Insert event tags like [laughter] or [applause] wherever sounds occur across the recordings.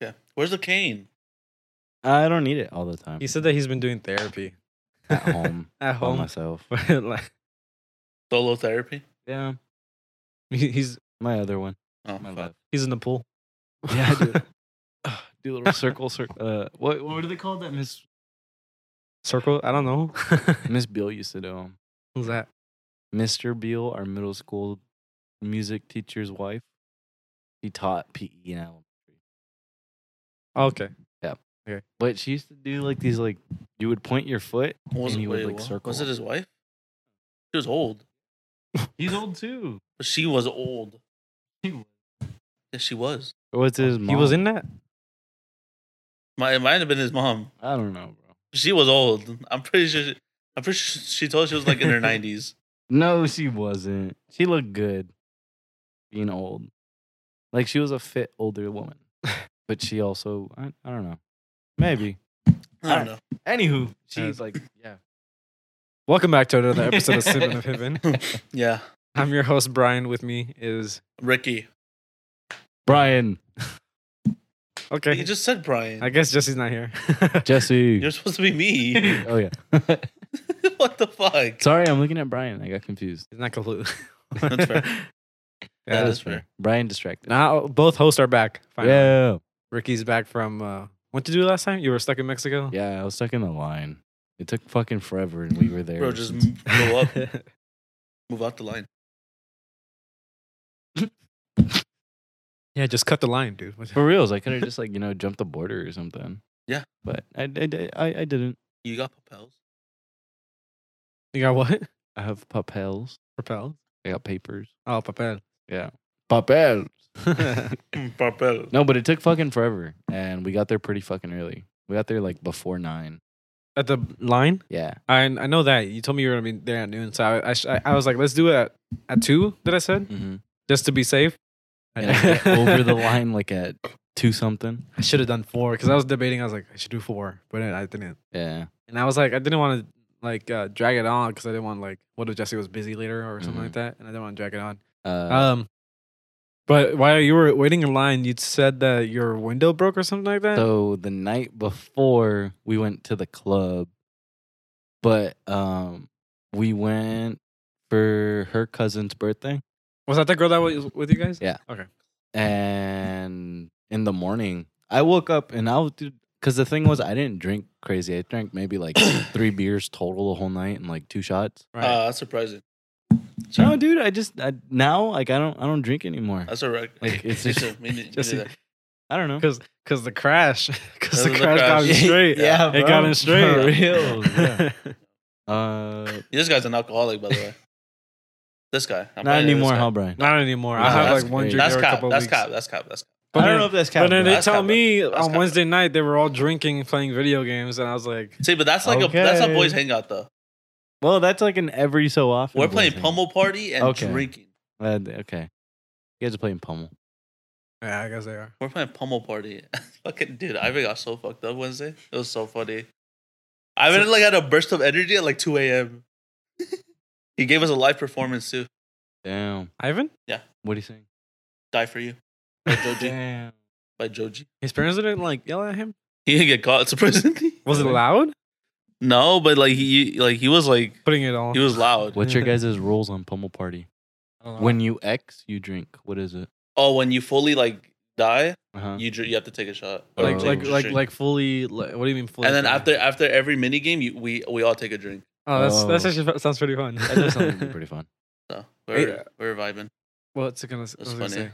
Yeah. Where's the cane? I don't need it all the time. He said that he's been doing therapy at [laughs] home At by home, myself. [laughs] Like, Solo therapy? Yeah, he- he's my other one. Oh, My fuck. left. he's in the pool. Yeah, I do. [laughs] Ugh, do [sighs] little circle, cir- uh, what what do they call that? Miss Circle. I [laughs] don't know. Miss Beal used to do 'em. Who's that? Mr. Beal, our middle school music teacher's wife, he taught PE in elementary. Oh, okay. But she used to do like these like you would point your foot. Was, And it, he would, wait, like, what? circle. was it his wife? She was old. He's old too. But she was old. He was. Yes, she was. Or was it his mom? He was in that. My, it might have been his mom. I don't know, bro. She was old. I'm pretty sure. She, I'm pretty sure she told she was like in [laughs] her 90s. No, she wasn't. She looked good being old. Like she was a fit older woman. but she also I, I don't know. Maybe. I Ah. don't know. Anywho, Yes. she's like yeah. Welcome back to another episode of Sin [laughs] and of Heaven. Yeah, I'm your host Brian. With me is Ricky. Brian, okay. You just said Brian. I guess Jesse's not here. [laughs] Jesse. You're supposed to be me. [laughs] [laughs] oh yeah. what the fuck? Sorry, I'm looking at Brian. I got confused. He's not completely. [laughs] That's fair. [laughs] Yeah, That That's is fair. Brian distracted. Now both hosts are back. Finally. Yeah. Ricky's back from uh, what did you do last time? You were stuck in Mexico. Yeah, I was stuck in the line. It took fucking forever and we were there. Bro, just since- m- go up, [laughs] move out the line. [laughs] yeah, just cut the line, dude. What- for reals. I could have just like, you know, jumped the border or something. Yeah. But I, I, I, I didn't. You got [laughs] papels. [laughs] You got what? I have papels. Propelled. I got papers. [laughs] Oh, papel. Papels. Hmm, Papel. No, but it took fucking forever. And we got there pretty fucking early. We got there like before nine. At the line. Yeah. I I know that you told me you were gonna be there at noon, so I I, sh- I was like, let's do it at, at two. That I said Mm-hmm. just to be safe. [laughs] And I [laughs] get over the line like at two something. I should have done four because I was debating. I was like, I should do four, but then I didn't. Yeah. And I was like, I didn't want to like uh, drag it on because I didn't want like what if Jesse was busy later or something like that, and I didn't want to drag it on. Uh, Um, but while you were waiting in line, you said that your window broke or something like that. So the night before we went to the club, but um we went for her cousin's birthday was that the girl that was with you guys? Yeah. Okay. and in the morning I woke up and I was cuz the thing was I didn't drink crazy. I drank maybe like 3 beers total the whole night and like two shots. Right. Uh, that's surprising. No, dude, I just I, now like I don't I don't drink anymore. That's all right. [laughs] Like, it's Me just- too. Me ne- me just- neither. I don't know. Cause, cause the crash, [laughs] cause the, The crash, [laughs] got crash. him straight. Yeah, it bro. got him straight. [laughs] For real, yeah. Uh [laughs] This guy's an alcoholic, by the way. This guy. I'm not probably this anymore, guy. huh, Brian? Not anymore. No, I have that's like one great. drink That's every cop. couple of That's weeks. cop. That's cop. That's cop. But I don't then- know if that's But then counted. they That's tell kinda- me that's on kinda- Wednesday night they were all drinking, playing video games, and I was like, See, but that's like a that's a Okay. boys hangout though. Well, that's like an every so often. We're playing blessing. pummel party and Okay. drinking. Uh, d- okay. You guys are playing pummel. "Yeah, I guess they are." We're playing pummel party. [laughs] Fucking dude, Ivan got so fucked up Wednesday. It was so funny. Ivan like had a burst of energy at like 2 a.m. [laughs] he gave us a live performance too. Damn. Ivan, What do you think? Die for you by [laughs] Joji. Damn. by Joji. his parents didn't like yell at him. He didn't get caught [laughs] surprisingly. Was it loud? No, but like he like he was like Putting it on. he was loud. What's your guys' rules on pummel party? Oh, Uh-huh. When you X, you drink. What is it? Oh, when you fully like die, Uh-huh. [laughs] you dr- you have to take a shot. Or like take Oh. like a like drink. like fully. Like, uh, what do you mean fully? and then drunk? after after every mini game, you, we we all take a drink. Oh, that's that's Oh. actually that sounds pretty fun. That does sound [laughs] pretty fun. So we're Yeah. we're vibing. What's it gonna, what That's was I gonna funny. say?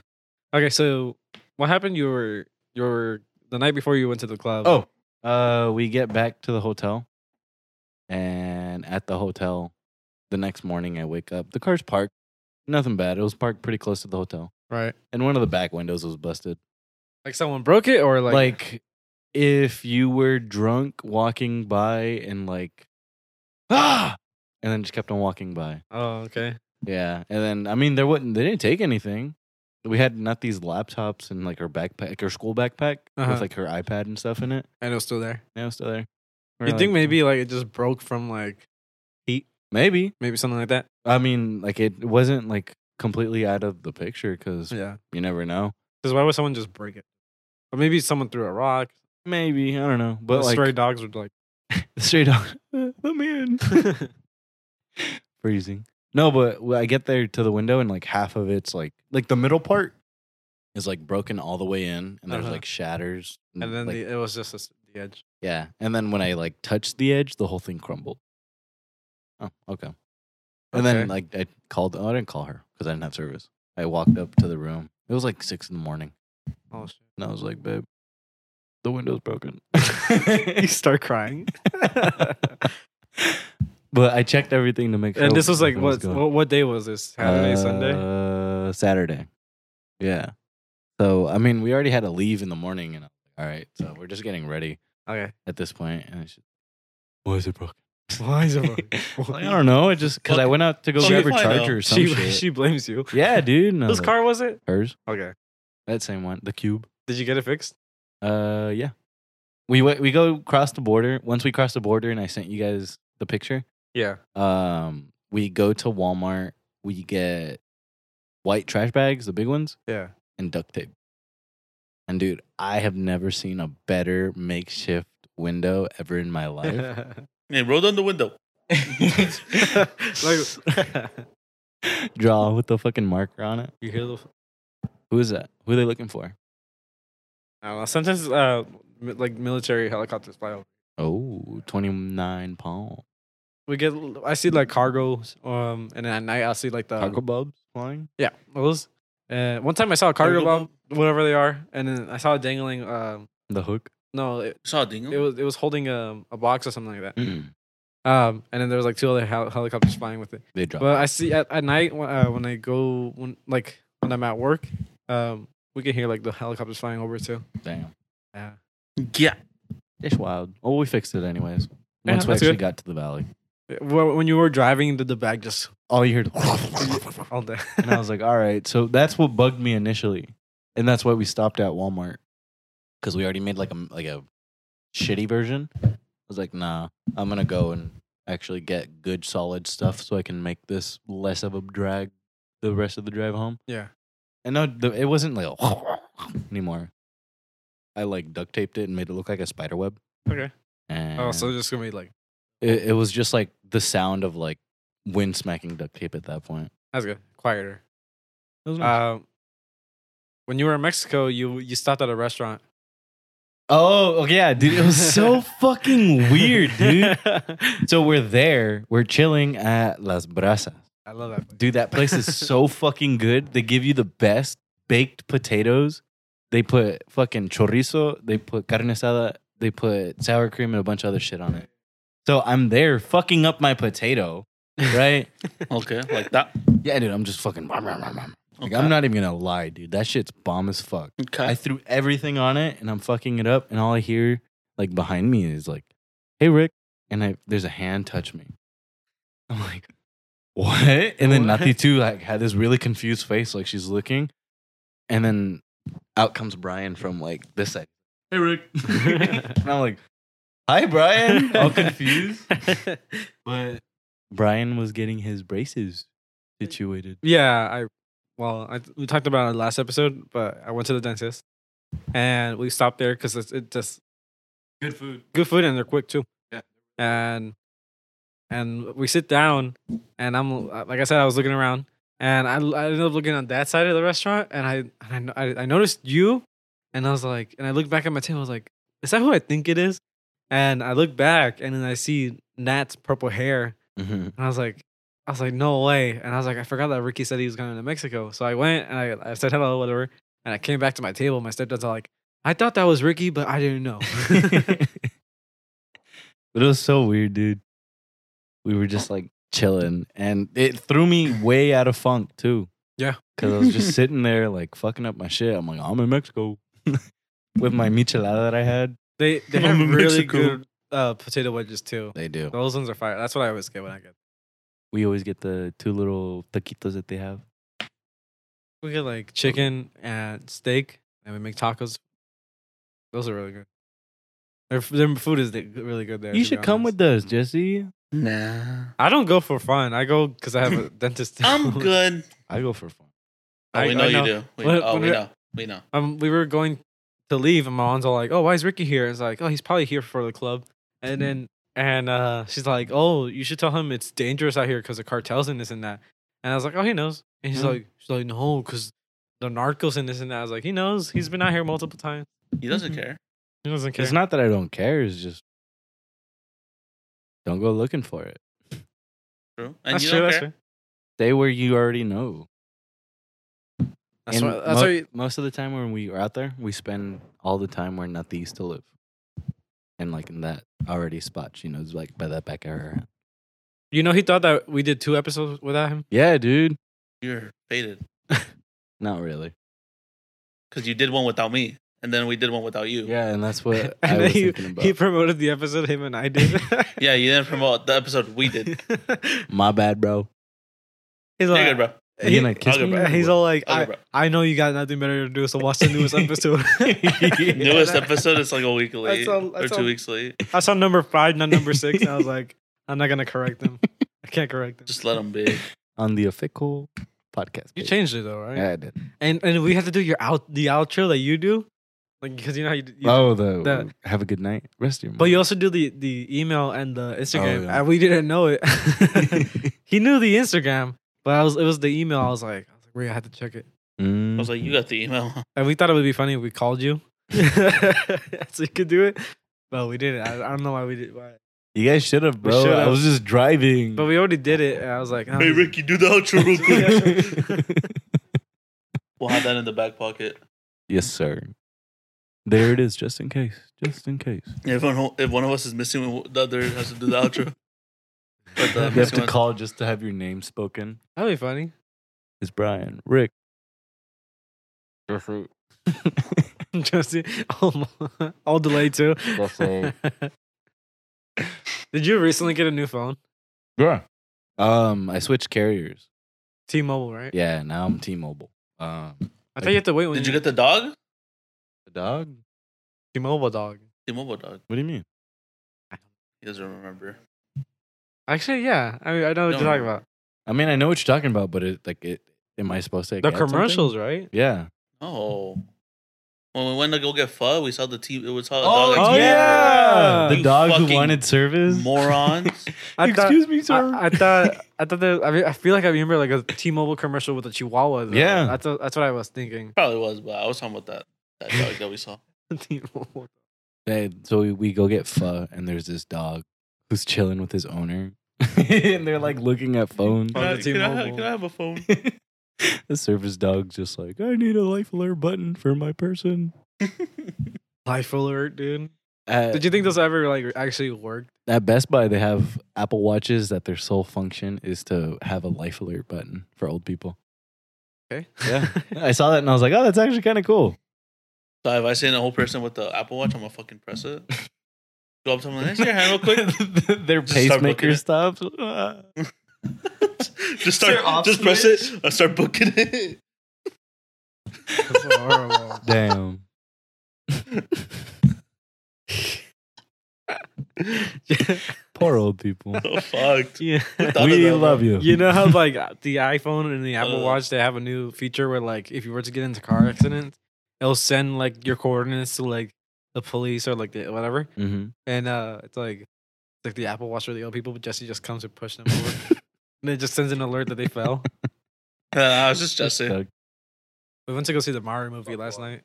Okay, so what happened? You were you were the night before you went to the club. Oh. Uh, we get back to the hotel, and at the hotel, the next morning I wake up. The car's parked. Nothing bad. It was parked pretty close to the hotel, right. and one of the back windows was busted. Like someone broke it, or like, like, if you were drunk walking by and like [gasps] ah and then just kept on walking by oh okay, yeah and then i mean there wasn't they didn't take anything we had not these laptops and like her backpack her school backpack Uh-huh. with like her ipad and stuff in it and it was still there. now still there We're You think like, maybe like it just broke from like maybe maybe something like that? i mean like it wasn't like completely out of the picture because Yeah. you never know Because why would someone just break it? Or maybe someone threw a rock. Maybe I don't know, but But like stray dogs were like, [laughs] the stray dog. [laughs] Let me in. [laughs] Freezing. No, but when I get there to the window and like half of it's like like the middle part is like broken all the way in, and there's Uh-huh. like shatters. and then like, the, it was just this, the edge. yeah, and then when I like touched the edge, the whole thing crumbled. Oh, okay. And Okay. then like I called. Oh, I didn't call her because I didn't have service. I walked up to the room. It was like six in the morning, [laughs] Oh shit! [laughs] and I was like, "Babe, the window's broken." you start [laughs] crying. but I checked everything to make sure. and this was like everything what, good. what? What day was this? Saturday, Sunday. Uh, Saturday. Yeah. So I mean, we already had to leave in the morning, and I'm like, all right, so we're just getting ready Okay. [laughs] at this point, and it's just, why is it broken? Why is Like, [laughs] I don't know. It just because I Fuck. went out to go She grab her would find charger out. or some She shit. [laughs] she blames you. yeah, dude. [laughs] No, Whose car was it? Hers. Okay. That same one. The cube. Did you get it fixed? Uh, yeah. We went, we go across the border. Once we cross the border, and I sent you guys the picture. Yeah. Um, we go to Walmart. We get white trash bags, the big ones. Yeah. and duct tape. And dude, I have never seen a better makeshift window ever in my [laughs] life. Yeah, roll down the window. [laughs] like, Draw with the fucking marker on it. you hear the? Who is that? Who are they looking for? I don't know. Sometimes uh, mi- like military helicopters fly over. Oh, 29 pound. We get. I see like cargos. Um, and then at night I see like the Taco Bubs flying? Yeah, those. Uh, one time I saw a Cargo cargo bomb, whatever they are, and then I saw it dangling. Um, The hook? no, it, Saw Dingle. it was it was holding um, a box or something like that. Mm. Um, and then there was like two other hel- helicopters flying with it. They drop. But I see at, at night when, uh, when I go when like when I'm at work, um, we can hear like the helicopters flying over too. Damn. Yeah, yeah. It's wild. Oh, we fixed it anyways. Yeah, Once we that's actually good. got to the valley. Well, when you were driving, did the bag just [laughs] All you heard. [laughs] all day? and I was like, all right. So that's what bugged me initially, and that's why we stopped at Walmart because we already made like a like a shitty version. I was like, nah, I'm gonna go and actually get good solid stuff so I can make this less of a drag the rest of the drive home. [laughs] Yeah. And no, the, it wasn't like [laughs] anymore. I like duct taped it and made it look like a spider web. okay. And Oh, so it's just gonna be like it, it was just like the sound of like wind smacking duct tape at that point. that's good, quieter. It was nice. Um, when you were in Mexico, you you stopped at a restaurant. Oh, okay, yeah, dude. It was so fucking weird, dude. So we're there, we're chilling at Las Brasas. [laughs] I love that. Dude, that place is so fucking good. They give you the best baked potatoes. They put fucking chorizo, they put carne asada, they put sour cream and a bunch of other shit on it. So I'm there fucking up my potato, right? Okay, like that. yeah, dude, I'm just fucking. Like, Okay. I'm not even gonna lie, dude. That shit's bomb as fuck. Okay. I threw everything on it and I'm fucking it up. And all I hear, like behind me, is like, "Hey, Rick," and I there's a hand touch me. I'm like, "What?" And then What? Nati too like had this really confused face, like she's looking. And then out comes Brian from like this side. [laughs] Hey, Rick. and I'm like, "Hi, [laughs] Brian." [laughs] All confused, but Brian was getting his braces situated. yeah, I. Well, I, we talked about it in the last episode, but I went to the dentist, and we stopped there because it's it just good food, good food, and they're quick too. Yeah. and and we sit down, and I'm uh, like I said, I was looking around, and I, I ended up looking on that side of the restaurant, and I and I no- I, I noticed you, and I was like, and I looked back at my table, I was like, is that who I think it is? And I look back, and then I see Nat's purple hair, Mhm. And I was like, I was like, no way. And I was like, I forgot that Ricky said he was going to Mexico. So I went and I, I said hello, whatever. And I came back to my table. My stepdad's all like, I thought that was Ricky, but I didn't know. [laughs] but [laughs] it was so weird, dude. We were just like chilling, and it threw me way out of funk too. Yeah. because I was [laughs] just sitting there like fucking up my shit. I'm like, I'm in Mexico [laughs] with my michelada that I had. they they I'm have in really Mexico. good uh, potato wedges too. They do. Those ones are fire. That's what I always get when I get. We always get the two little taquitos that they have. We get like chicken and steak, and we make tacos. Those are really good. Their, their food is really good there. you to be should come honest. with us, Jesse. nah. I don't go for fun. I go because I have a [laughs] dentist. [laughs] I'm good. I go for fun. Oh, I- we know I you know. do. We, What- oh, what we do- know. We know. Um, we were going to leave, and my mom's all like, "Oh, why is Ricky here?" It's like, "Oh, he's probably here for the club." Hmm. And then and uh, she's like, "Oh, you should tell him it's dangerous out here because the cartels and this and that." And I was like, "Oh, he knows." And Hmm. he's Mhm. like, "She's like, no, because the narcos and this and that." I was like, "He knows. He's been out here multiple times. He doesn't Mm-hmm. care. He doesn't care." It's not that I don't care. It's just don't go looking for it. True. And that's you true. don't That's care. true. Stay where you already know. That's And why. That's mo- why. you- most of the time when we are out there, we spend all the time where not used to live, and like in that already spot, you know, it's like by that back area. You know, he thought that we did two episodes without him. Yeah, dude. You're faded Not really. because you did one without me, and then we did one without you. Yeah, and that's [laughs] what I and then was he, thinking about. he promoted the episode him and I did. [laughs] Yeah, you didn't promote the episode we [laughs] did. My bad, bro. he's You're like, good, bro. You he- gonna kiss I'll go me? back. or he's what? all like, I'll I, go, I know you got nothing better to do, so watch the newest [laughs] episode. Newest episode is like a week late [laughs] That's all- or that's two all- weeks late. I saw number five, not number six. And I was like, I'm not gonna correct them. I can't correct them. Just let them be. on the official podcast. you page. changed it though, right? Yeah, I did. And and we had to do your out the outro that you do, like because you know how you. do- you oh, the, the- have a good night. Rest your. But you also do the the email and the Instagram, Oh, yeah. and we didn't know it. [laughs] [laughs] he knew the Instagram, but I was it was the email. I was like, I was like, "Wait, I had to check it. Mm. I was like, you got the email. And we thought it would be funny if we called you, [laughs] so you could do it. But we didn't. I, I don't know why we did. Why. You guys should have, bro. I should've. was just driving. [laughs] But we [laughs] already did it. And I was like, [laughs] "Oh, Hey, this- Ricky, do the outro [laughs] real quick. yes, we'll have that in the back pocket. sir. There it is, just in case. Just in case. If one, if one of us is missing, the other has to do the [laughs] outro. But the You have missing to one- call just to have your name spoken. that'd be funny." [laughs] It's Brian, Rick. Justin, all, [laughs] all delayed too. [laughs] Did you recently get a new phone? yeah. Um, I switched carriers. T-Mobile, right? Yeah, now I'm T-Mobile. Um, I thought you had to wait when Did you get the dog? the dog? T-Mobile dog. The mobile dog. What do you mean? He doesn't remember. Actually, yeah. I mean, I know what No. you're talking about. I mean, I know what you're talking about, but it like it. Am I supposed to? like, The add something? commercials, right? Yeah. Oh. When we went to go get pho, we saw the T. It was saw a Oh, dog. Oh, like, yeah. The You dog who fucking wanted service. [laughs] [laughs] Morons. I thought, Excuse me, sir. I, I thought, I thought there, I mean, I feel like I remember like a T-Mobile commercial with a Chihuahua. Though. Yeah. that's a, that's what I [laughs] was thinking. Probably was, but I was talking about that that dog that we saw. T-Mobile. Hey, so we, we go get pho, and there's this dog who's chilling with his owner, [laughs] and they're like looking at phones. Can I- the can I- T-Mobile. can I have a phone? the service dog's just like, I need a life alert button for my person. [laughs] Life alert, dude. At, Did you think those ever like actually worked? at Best Buy they have Apple watches that their sole function is to have a life alert button for old people? Okay. [laughs] Yeah. I saw that and I was like, oh, that's actually kind of cool. So if I seen a whole person with the Apple Watch, I'm gonna fucking press it. Go up to them, like, "Hey, your hand real [laughs] quick. [laughs] their Just start booking pacemaker it. stops. Just start, just press it. I start booking it. [laughs] That's horrible. [laughs] Damn. [laughs] Poor old [laughs] people. So fucked. yeah. Thought of we that, love bro. you. [laughs] You know how like uh, the iPhone and the Uh. Apple Watch they have a new feature where like if you were to get into a car accident, it'll send like your coordinates to like the police or like the whatever. Mhm. And uh it's like it's like the Apple Watch for the old people, but Jesse just comes and push them [laughs] over. and it just sends an alert that they fell. Uh, I was [laughs] just Jesse. Doug. We went to go see the Mario movie last night.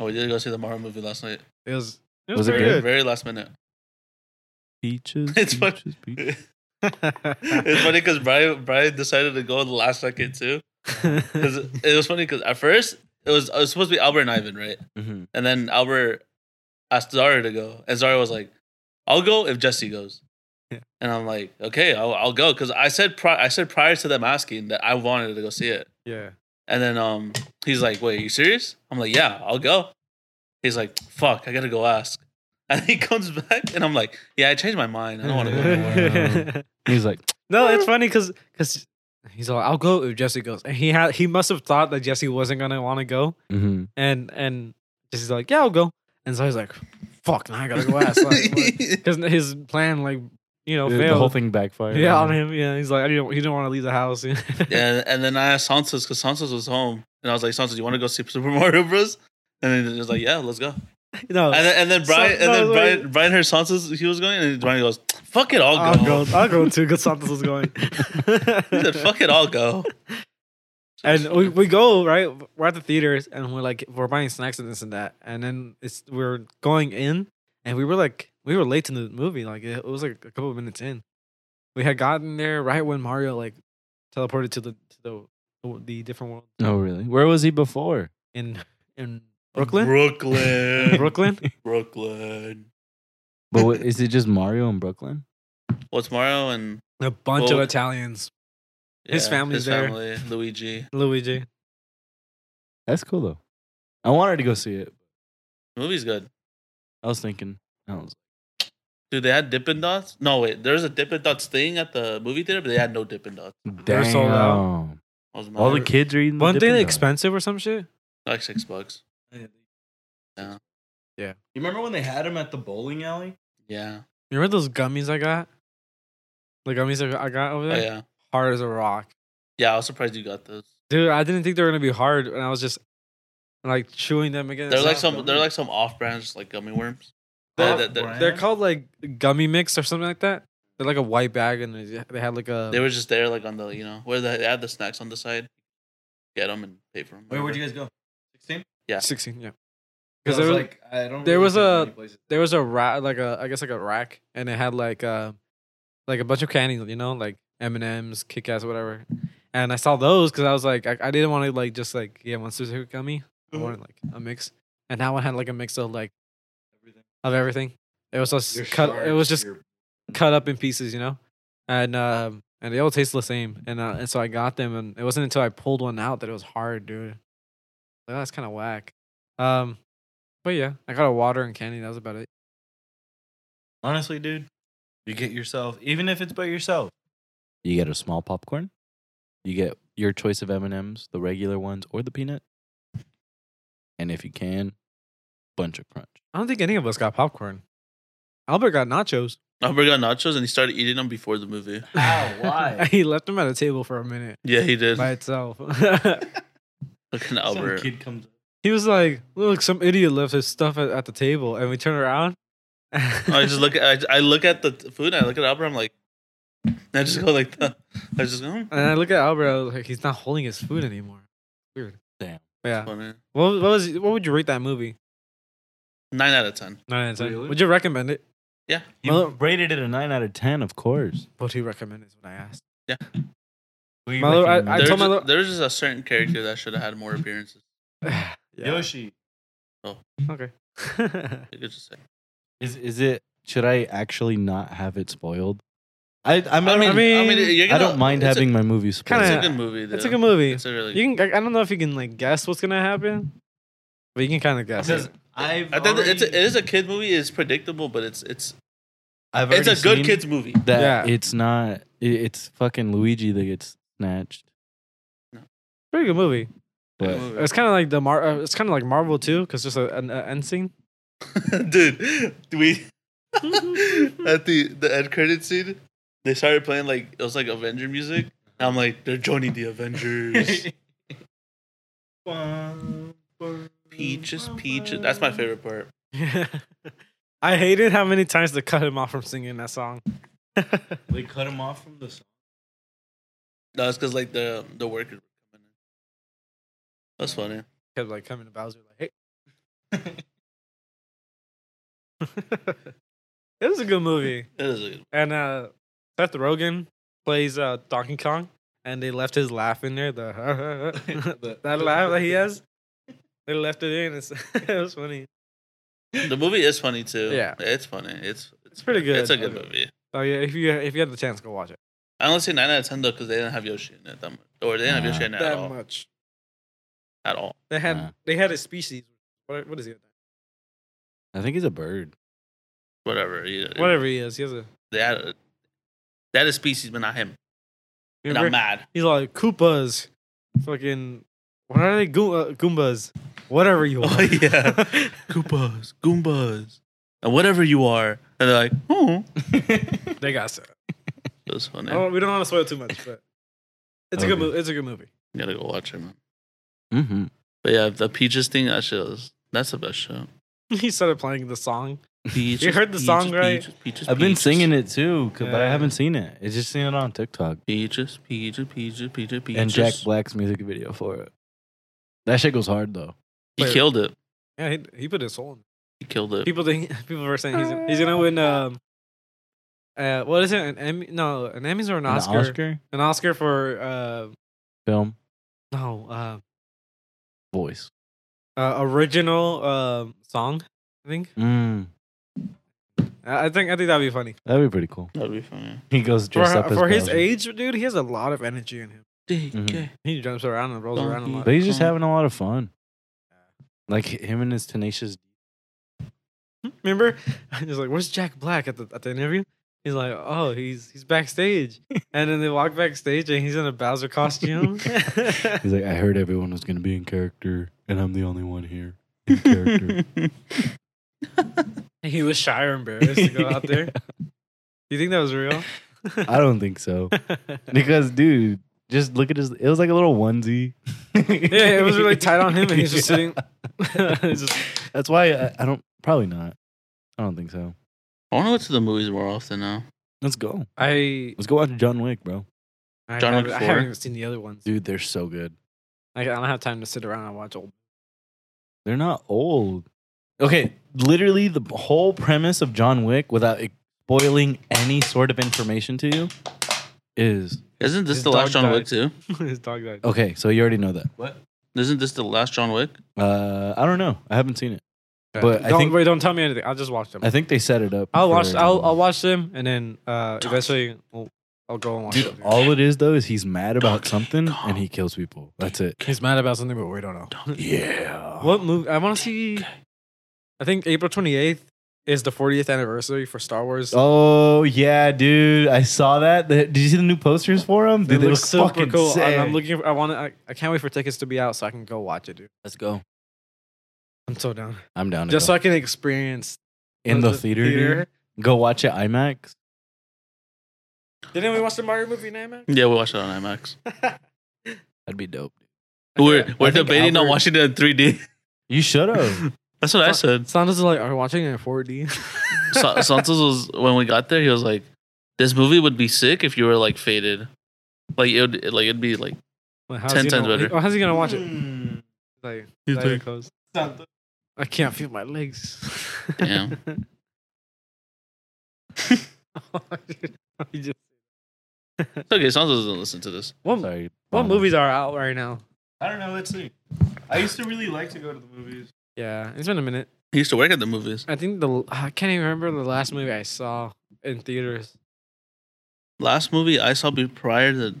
Oh, we did go see the Mario movie last night. It was it was, Was it pretty good? good. Very last minute. Peaches. It's fun- peaches, peaches. [laughs] it's funny because Brian Brian decided to go the last second too. [laughs] 'Cause it was funny because at first it was it was supposed to be Albert and Ivan, right? Mhm. And then Albert asked Zara to go, and Zara was like, "I'll go if Jesse goes." Yeah. And I'm like, "Okay, I'll, I'll go," because I said pri- I said prior to them asking that I wanted to go see it. yeah. And then um, he's like, "Wait, you serious?" I'm like, "Yeah, I'll go." He's like, "Fuck, I gotta go ask." [laughs] And he comes back, and I'm like, "Yeah, I changed my mind. I don't [laughs] want to go." Anymore. nowhere. He's like, No, it's funny because because he's like, I'll go if Jesse goes, and he had he must have thought that Jesse wasn't gonna want to go, mhm. and and Jesse's like, yeah, I'll go, and so he's like, fuck, now I gotta go ask, [laughs] [laughs] because his plan like you know the, the failed. whole thing backfired. yeah, on him. Yeah, he's like, I didn't. He didn't want to leave the house. [laughs] yeah, Yeah, and then I asked Sansa's because Sansa's was home, and I was like, "Sansa, you want to go see Super Mario Bros?" And then just like, yeah, let's go. No, And then, and then Brian So- no, and then wait. Brian Brian heard Sansa's he was going, and Brian goes, "Fuck it, I'll I'll go." go. I'll go too. Good Santos was [laughs] going. [laughs] He said, "Fuck it, I'll go." and we, we go right we're at the theaters and we're like we're buying snacks and this and that and then it's we're going in and we were like we were late to the movie like it, it was like a couple of minutes in we had gotten there right when mario like teleported to the to the the different world Oh, really? Where was he before? in in brooklyn Brooklyn, brooklyn Brooklyn. But what, is it just Mario in Brooklyn? What's Mario and [laughs] a bunch Well, of italians His his family's there. family, Luigi. luigi That's cool though. I wanted to go see it. The movie's good, I was thinking, I was, dude. They had Dippin' Dots. No wait, there's a Dippin' Dots thing at the movie theater, but they had no Dippin' Dots. They're sold out. damn. I was mad. All the kids are eating. the weren't Dippin' they Dots. expensive or some shit like six bucks. You remember when they had him at the bowling alley? Yeah. you remember those gummies i got the gummies I got- i got over Oh there yeah. hard as a rock Yeah. I was surprised you got those. Dude, I didn't think they were gonna be hard, and I was just like chewing them again. They're like some. They're like some off brands, just like gummy worms. They're- They- they- they're called like gummy mix or something like that. They're like a white bag, and they- they had like a. They were just there, like on the you know where they had the snacks on the side. Get them and pay for them. guys go? Sixteen. yeah. [laughs] sixteen, yeah. Because Because there was like, I don't. there was think a- many places- there was a rack, like a I guess like a rack, and it had like uh like a bunch of candy, you know, like M and M's, Kit Kats, whatever. And I saw those because I was like, I, I didn't want to like just like yeah, one specific gummy. I Mm-hmm. Mhm. wanted like a mix, and that one had like a mix of like of everything. It was just Your cut. it was sharks, just your- cut up in pieces, you know, and um, and they all taste the same. And uh, and so I got them, and it wasn't until I pulled one out that it was hard, dude. Like, that's kind of whack. Um, but yeah, I got a water and candy. That was about it. Honestly, dude, you get yourself, even if it's by yourself. You get a small popcorn. You get your choice of M and M's, the regular ones or the peanut. And if you can, bunch of crunch. I don't think any of us got popcorn. Albert got nachos. Albert got nachos and he started eating them before the movie. How? Why? [laughs] he left them at a table for a minute Yeah, he did. by itself. [laughs] Fucking Some Albert. kid comes up. he was like, "Look, some idiot left his stuff at, at the table," and we turn around. I just look. At, I, I look at the t- food. and I look at Albert. I'm like, [laughs] I just go like, that. I just go. [laughs] "Hmm, And I look at Albert, I was like, he's not holding his food anymore. Weird. Damn. But yeah. Funny. What, what was what would you rate that movie? Nine out of ten. Nine out of ten. Really? Would you recommend it? You Well- rated it a nine out of ten, of course. What do you recommend is what I asked. We Mother, recommend I- I it. There's told my ju- little- there's just a certain character that should have had more appearances. [laughs] Yoshi. Okay. You could just say. Is is it? Should I actually not have it spoiled? I I mean, I I, mean, I, mean, mean, you're gonna, don't mind it's a- having my movie spoiled. it's a Kinda- good movie. Though. it's a good movie. It's a really. You can. I, I don't know if you can like guess what's gonna happen, but you can kind of guess. Because it. I've I think it's a, it already- is a kid movie. It's predictable, but it's it's I've it's already a good seen kids movie. That Yeah. it's not. i- It's fucking Luigi that gets snatched. Pretty good movie. Good But movie. It's kind of like the Mar. Uh, it's kind of like Marvel too, because there's a, an, a end scene. [laughs] dude we [laughs] at the the end credit scene they started playing like it was like avenger music and i'm like they're joining the avengers [laughs] peaches peaches that's my favorite part I hated how many times they cut him off from singing that song. They cut him off from the song. no it's because like the the workers were coming in that's funny Kept like coming to Bowser like, hey. [laughs] it was a good movie. it is a, And uh Seth Rogen plays uh Donkey Kong and they left his laugh in there, the [laughs] that laugh that [laughs] he has. They left it in. It's, [laughs] it was funny. the movie is funny too Yeah. it's funny it's It's pretty good. it's a good movie Oh yeah, if you if you had the chance, go watch it. i only say 9 out of 10 though because they didn't have yoshi in it that much or they didn't have Nah. yoshi in it at that all much. at all They had Nah. they had a species. What what is he? I think he's a bird. whatever you- Whatever he is, he has a. they had a, they had a species but not him and i'm mad He's like Koopas, fucking. What are they? Goo- uh, Goombas, whatever you Oh, are. yeah. Koopas, Goombas, and whatever you are. And they're like, oh, [laughs] they got so. that's funny. Oh, we don't want to spoil too much, but it's Oh, a good Okay. movie. It's a good movie. You gotta go watch it, man. Mm-hmm. But yeah, the peaches thing, that shit was That's the best [laughs] show. he started playing the song. Peaches, heard the song, right? Peaches, peaches, I've been peaches. singing it too, 'cause- but I Yeah. haven't seen it. It's just seen it on TikTok Peaches, peaches, peaches, peaches, peaches. and Jack Black's music video for it. That shit goes hard though. He killed it. Yeah, he, he put his soul in. He killed it. People think [laughs] people were saying he's he's [laughs] gonna win um uh what is it an Emmy no an Emmys or an An Oscar an Oscar, for uh film no uh, voice. uh original um song I think Mm, I I think I think that'd be funny that'd be pretty cool. That'd be funny. He goes for dressed up as for his Bowser. age dude he has a lot of energy in him Mm-hmm. DK. he jumps around and rolls around a lot But he's just Um, having a lot of fun. Like him and his tenacious. Remember? [laughs] He's like, "Where's Jack Black at the at the interview?" He's like, "Oh, he's [laughs] he's backstage." And then they walk backstage, and he's in a Bowser costume. [laughs] He's like, I heard everyone was gonna be in character, and I'm the only one here in character. he was shy or embarrassed to go out there. Do you think that was [laughs] real? [laughs] I don't think so because, dude, just look at his. It was like a little onesie. yeah, [laughs] yeah, it was really tight on him, and [laughs] he's just sitting. [laughs] He's just- That's why I, I don't. Probably not. I don't think so. [laughs] I want to go to the movies more often now. Let's go. I Let's go watch John Wick, bro. I, John Wick haven't, I four. haven't even seen the other ones. Dude, they're so good. I, I don't have time to sit around and watch old. [laughs] They're not old. Okay, literally the whole premise of John Wick, without e, spoiling any sort of information to you, is Isn't this His the last dog John Wick too? His dog died. okay. So you already know that. Isn't this the last John Wick? Uh, I don't know. I haven't seen it. but I don't, think- wait, don't tell me anything. I'll just watch them. I think they set it up. I'll watch. for- um, I'll, I'll watch them, and then uh, eventually we'll, I'll go and watch. Dude, them. all it is though is he's mad about something and he kills people. That's it. He's mad about something, but we don't know. Yeah. What movie? I want to see. I think April 28th is the 40th anniversary for Star Wars. Oh yeah, dude! I saw that. The- Did you see the new posters for him? Dude, they It look looks super fucking cool. sick. And I'm looking. For, I want to. I, I can't wait for tickets to be out so I can go watch it, dude. Let's go. I'm so down. I'm down. To Just go. so I can experience in the, theater, dude. Go watch it IMAX. Didn't we watch the Mario movie [laughs] in [laughs] IMAX? Yeah, we watched it on IMAX. That'd be dope. We're we're I think debating on Albert- watching it in 3D. You should [laughs] have. [laughs] That's what I said. Santa's like, are we watching it in 4D? Sa- Santos was when we got there. He was like, "This movie would be sick if you were like faded, like it would like it'd be like." [laughs] Like, how's 10 he times gonna- better. Mm. oh, how's he gonna watch it? Hmm. Like, He's like, like- close. I can't feel my legs. [laughs] Damn. [laughs] He just- It's okay, Santos doesn't listen to this. what Sorry. what Um, movies are out right now? I don't know. Let's see. I used to really like to go to the movies. Yeah, it's been a minute. He used to work at the movies. I think the I can't even remember the last movie I saw in theaters. Last movie I saw be prior to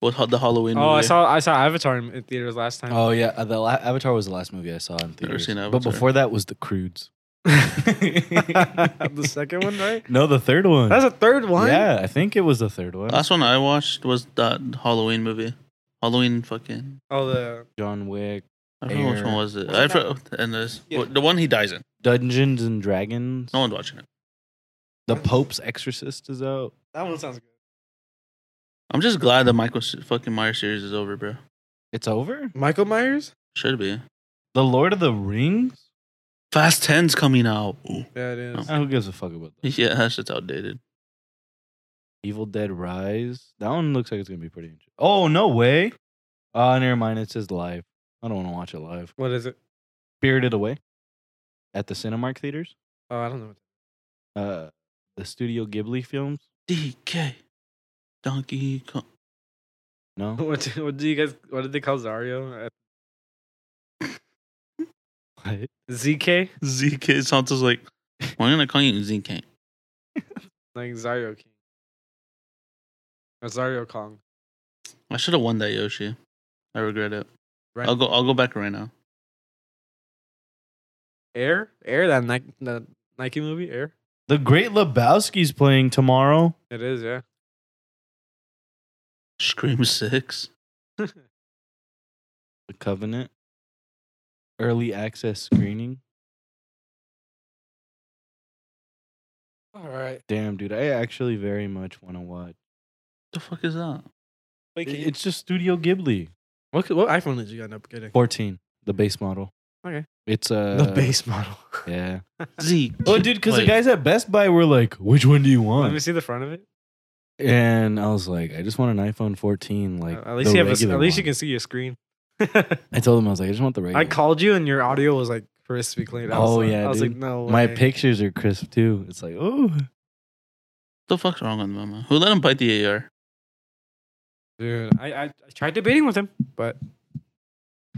what the Halloween. Oh, I movie. saw I saw Avatar in, in theaters last time. Oh [laughs] yeah, uh, the la- Avatar was the last movie I saw in theaters. seen but Avatar. before that was The Crudes. [laughs] the second one, right? No, the third one. That's a third one. Yeah, I think it was the third one. Last one I watched was that Halloween movie. Halloween fucking. Oh, the John Wick, I don't know which Air. one was it. What's I it forgot. And this Yeah. the one he dies in. Dungeons and Dragons. No one's watching it. The Pope's Exorcist is out. that one sounds good. I'm just glad the Michael s- fucking Myers series is over, bro. It's over. Michael Myers. Should be. The Lord of the Rings. Fast 10's coming out. Ooh. [laughs] Yeah, it is. Ah, who gives a fuck about that? Yeah, that shit's outdated. Evil Dead Rise. That one looks like it's gonna be pretty interesting. Oh no way! Uh never mind. It says live. I don't want to watch it live. What is it? Spirited Away at the Cinemark theaters. Oh, I don't know. Uh, the Studio Ghibli films. DK. Donkey Kong. No, [laughs] What do, what do you guys? What did they call Zario? Uh, [laughs] What? ZK, ZK. Santa's like, we're going to call you ZK. like Zario King. Or Zario Kong. I should have won that Yoshi. I regret it. Right. I'll go I'll go back right now. Air, Air, that Nike, that Nike movie, Air. The Great Lebowski's playing tomorrow. It is, yeah. Scream 6. The Covenant. Early access screening. All right. Damn, dude, I actually very much want to watch. The fuck is that? Wait, It's just Studio Ghibli. what, what iPhone did you end up getting? Fourteen, the base model. Okay. It's uh the base model. Yeah. Zeke. oh, dude, because the Like- guys at Best Buy were like, "Which one do you Let me want?" see the front of it. And I was like, I just want an iPhone 14. Like Uh, at the least you have. A, regular at least you one. can see your screen. [laughs] I told him I was like, I just want the regular. I called you and your audio was like crispy clean. I was Oh, like- yeah, I was like, dude. no. My way. pictures are crisp too. It's like, oh, the fuck's wrong with Mama? Who let him bite the AR? dude. I, I I tried debating with him, but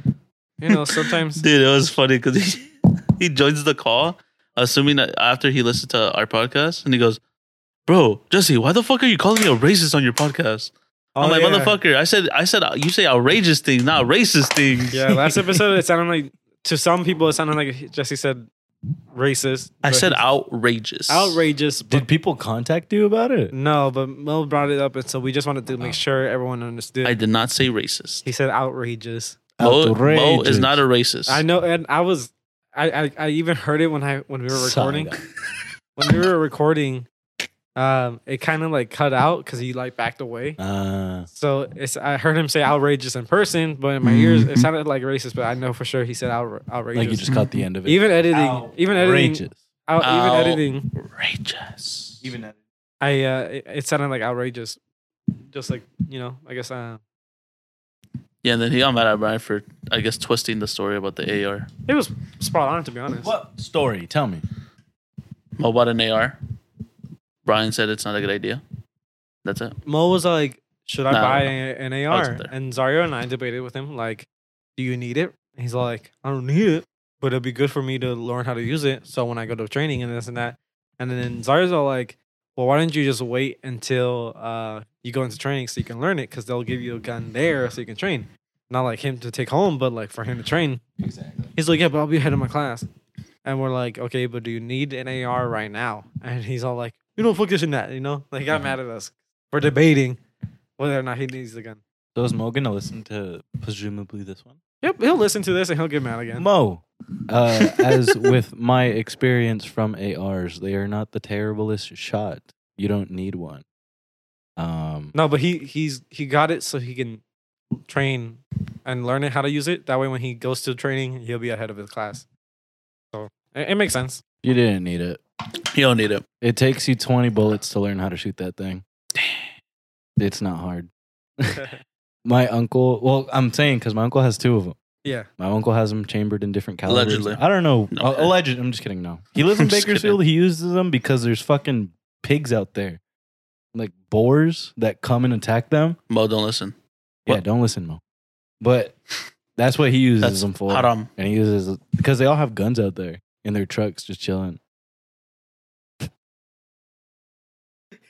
you know sometimes [laughs] Dude, it was funny because he, [laughs] he joins the call, assuming that after he listened to our podcast, and he goes, Bro, Jesse, why the fuck are you calling me a racist on your podcast? Oh, I'm like, motherfucker, I said, I said, you say outrageous things, not racist things. Yeah, last episode it sounded like to some people it sounded like Jesse said racist. [laughs] I but said he's outrageous. outrageous. But did people contact you about it? no, but Mel brought it up, and so we just wanted Oh. to make sure everyone understood. I did not say racist. he said outrageous. Mo, Mo is Outrageous. not a racist. I know, and I was, I, I, I even heard it when I when we were recording. when we were recording, um, it kind of like cut out because he like backed away. Uh, So it's I heard him say outrageous in person, but in my ears it sounded like racist. But I know for sure he said outra- outrageous. Mm-hmm. like you just caught the end of it. even editing, even editing, outrageous. out, even Ow. editing. outrageous. Even at I uh, it, it sounded like outrageous, just like you know. I guess uh, Yeah, and then he got mad at Brian for, I guess, twisting the story about the AR. it was spot on to be honest. What story? Tell me. Mo bought an AR. Brian said it's not a good idea. That's it. Mo was like, "Should I Nah, buy a- an AR?" wasn't there. And Zario and I debated with him, like, "Do you need it?" And he's like, "I don't need it, but it'd be good for me to learn how to use it. So when I go to training and this and that." And then Zario's all like, "Well, why don't you just wait until uh, you go into training so you can learn it? Because they'll give you a gun there so you can train. Not like him to take home, but like for him to train." Exactly. He's like, "Yeah, but I'll be ahead of my class." And we're like, okay, but do you need an AR right now? And he's all like, you don't fuck this and that, you know? Like, he got mad at us for debating whether or not he needs the gun. So is Mo gonna listen to presumably this one? Yep, he'll listen to this and he'll get mad again. Mo, uh, as [laughs] with my experience from ARs, they are not the terriblest shot. You don't need one. Um, No, but he he's he got it so he can train and learn it how to use it. That way, when he goes to training, he'll be ahead of his class. So it, it makes [laughs] sense. you didn't need it. You don't need it. It takes you 20 bullets to learn how to shoot that thing. It's not hard. my uncle, well, I'm saying because my uncle has two of them. Yeah, My uncle has them chambered in different calibers. Allegedly. I don't know. No. Allegedly, Alleged. I'm just kidding. No. He lives [laughs] in I'm just kidding. Bakersfield. He uses them because there's fucking pigs out there, like boars that come and attack them. Mo, don't listen. Yeah, What? don't listen, Mo. But that's what he uses That's them for. Haram. And he uses because they all have guns out there in their trucks, just chilling.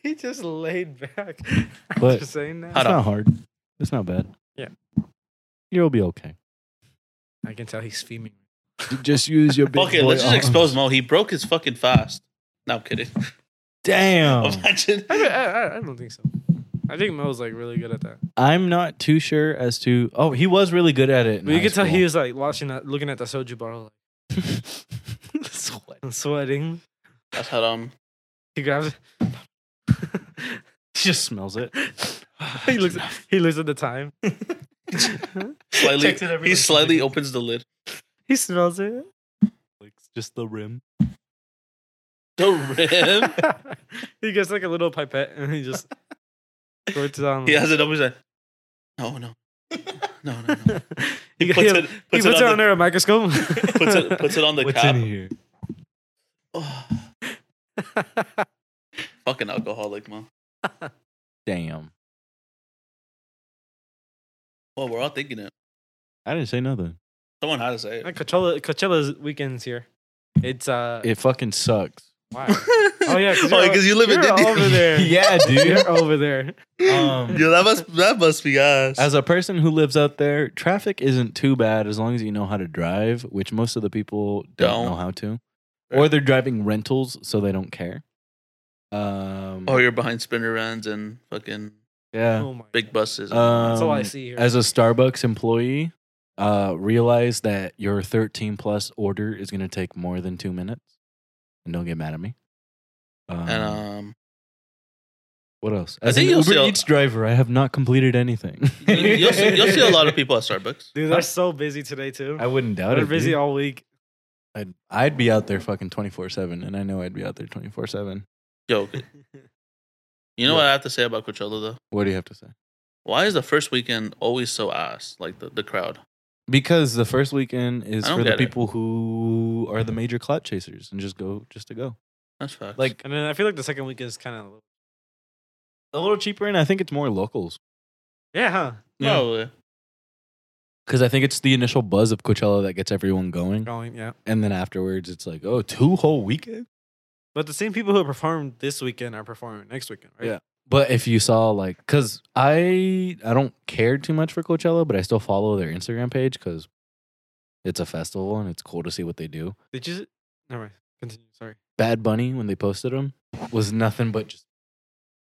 he just laid back. [laughs] But- just saying that. It's Haram. not hard. It's not bad. Yeah. You'll be okay. I can tell he's fuming. Just use your big Okay, boy Oh. let's just arm. expose Mo. He broke his fucking fast. No, I'm kidding. [laughs] Damn. Imagine. I, don't- I, I- I don't think so. I think Mo's like really good at that. I'm not too sure as to. Oh, he was really good at it. in But you high can tell school. he was like watching that, looking at the soju bottle, [laughs] like Sweat. I'm sweating. That's Haram. He grabs. [laughs] it. He just smells it. [sighs] he looks. He looks at [laughs] the time. Slightly, Checks it every once he in a slightly opens the lid. He smells it. Licks just the rim. The rim. [laughs] he gets like a little pipette and he just squirts it on. he has it up. He's like, no, no, no, no, no. He puts it, [laughs] [laughs] he puts it puts it on, under a microscope. the, [laughs] puts it, puts it on the What's cap. in [laughs] here? Oh, fucking alcoholic, Mo. Damn. Well, we're all thinking it. I didn't say nothing. Someone had to say it. Like Coachella, Coachella's weekends here. It's uh. It fucking sucks. wow. [laughs] Oh yeah. [laughs] Oh, because you live in you're India. over [laughs] there. yeah, dude. You're over [laughs] there. [laughs] Um, Yo, that must that must be us. as a person who lives out there, traffic isn't too bad as long as you know how to drive, which most of the people don't, Don't. know how to, or they're driving rentals, so they don't care. Um, oh, you're behind spinner runs and fucking yeah. Oh my. big buses. That's all I Um, see here. as a Starbucks employee, uh, realize that your 13 plus order is going to take more than [laughs] two minutes, and don't get mad at me. Um, and um, What else? uh, I As I think think you'll an see Uber a- Eats driver, I have not completed anything. you'll, see, [laughs] you'll see a lot of people at Starbucks. [laughs] Dude, they're so busy today too. I wouldn't doubt They're it. busy dude. all week. I'd, I'd be out there fucking 24 7, and I know I'd be out there 24 7. Yo, okay. you know what I have to say about Coachella though? What do you have to say? Why is the first weekend always so ass? Like the, the crowd. Because the first weekend is I don't for the get it. people who are the major clout chasers and just go, just to go. That's facts. Like, And then I feel like the second week is kind of a little cheaper, and I think it's more locals. yeah, huh? probably. Because I think it's the initial buzz of Coachella that gets everyone going. Going yeah. And then afterwards, it's like, oh, two whole weekends? But the same people who performed this weekend are performing next weekend, right? Yeah. But if you saw like, because I I don't care too much for Coachella, but I still follow their Instagram page because it's a festival and it's cool to see what they do. Did you? Never mind. Continue. Sorry. Bad Bunny when they posted him was nothing but just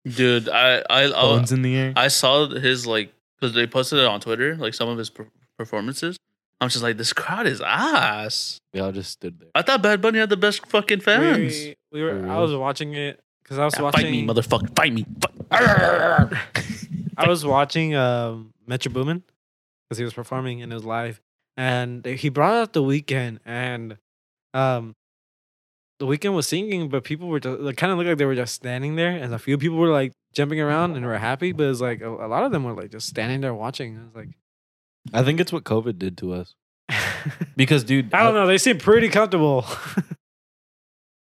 Dude, I I I, bones in the air. Oh, I saw his like because they posted it on Twitter, like some of his per- performances. I'm just like, this crowd is ass. we all just stood there. I thought Bad Bunny had the best fucking fans. We, we were. Fans. I was watching it because I was Yeah, watching. fight me, motherfucker! Fight me! [laughs] Fight. I was watching um, Metro Boomin because he was performing and it was live, and he brought out the weekend, and um, the weekend was singing, but people were just, like, kind of looked like they were just standing there, and a few people were like jumping around and were happy, but it's like a, a lot of them were like just standing there watching. I was like, [laughs] I think it's what COVID did to us because, dude, I don't know, they seem pretty comfortable. [laughs]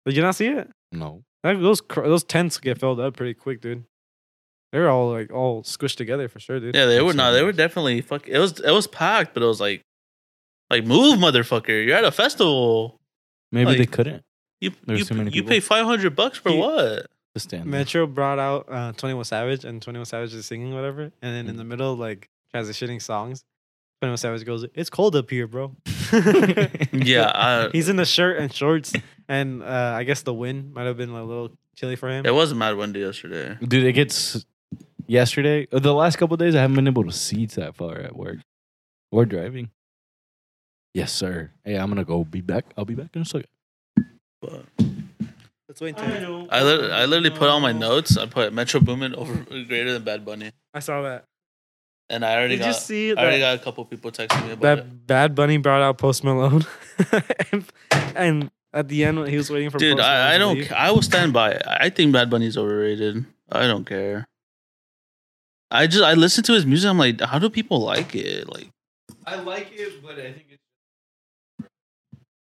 Did you not see it? No, That, those cr- those tents get filled up pretty quick, dude. They're all like all squished together for sure, dude. Yeah, they were not. They were definitely fuck. It was it was packed, but it was like, like move, motherfucker! You're at a festival. maybe they Like- couldn't You There was you, too many you people. pay five hundred bucks for You- [laughs] what? just stand. there. Metro brought out uh, 21 Savage and 21 Savage is singing whatever. And then Mm. in the middle, like transitioning songs, 21 Savage goes, It's cold up [laughs] here, bro. [laughs] Yeah, I, He's in a shirt and shorts. And uh, I guess the wind might have been a little chilly for him. it was Mad Wendy yesterday. Dude, it gets yesterday. uh, The last couple days, I haven't been able to see that far at work or driving. Yes, sir. Hey, I'm gonna go. Be back. I'll be back in a second. But Let's wait until I lit- I literally put on my notes. I put Metro Boomin over [laughs] greater than Bad Bunny, I saw that. and I already Did got you see I already that, got a couple people texting me about it. that Bad Bunny brought out Post Malone? [laughs] and, and at the end, he was waiting for Dude, Post Malone I, I to don't. leave. ca- I will stand by. it. I think Bad Bunny's overrated. I don't care. I just I listen to his music. I'm like, how do people like it? Like. I like it, but I think it's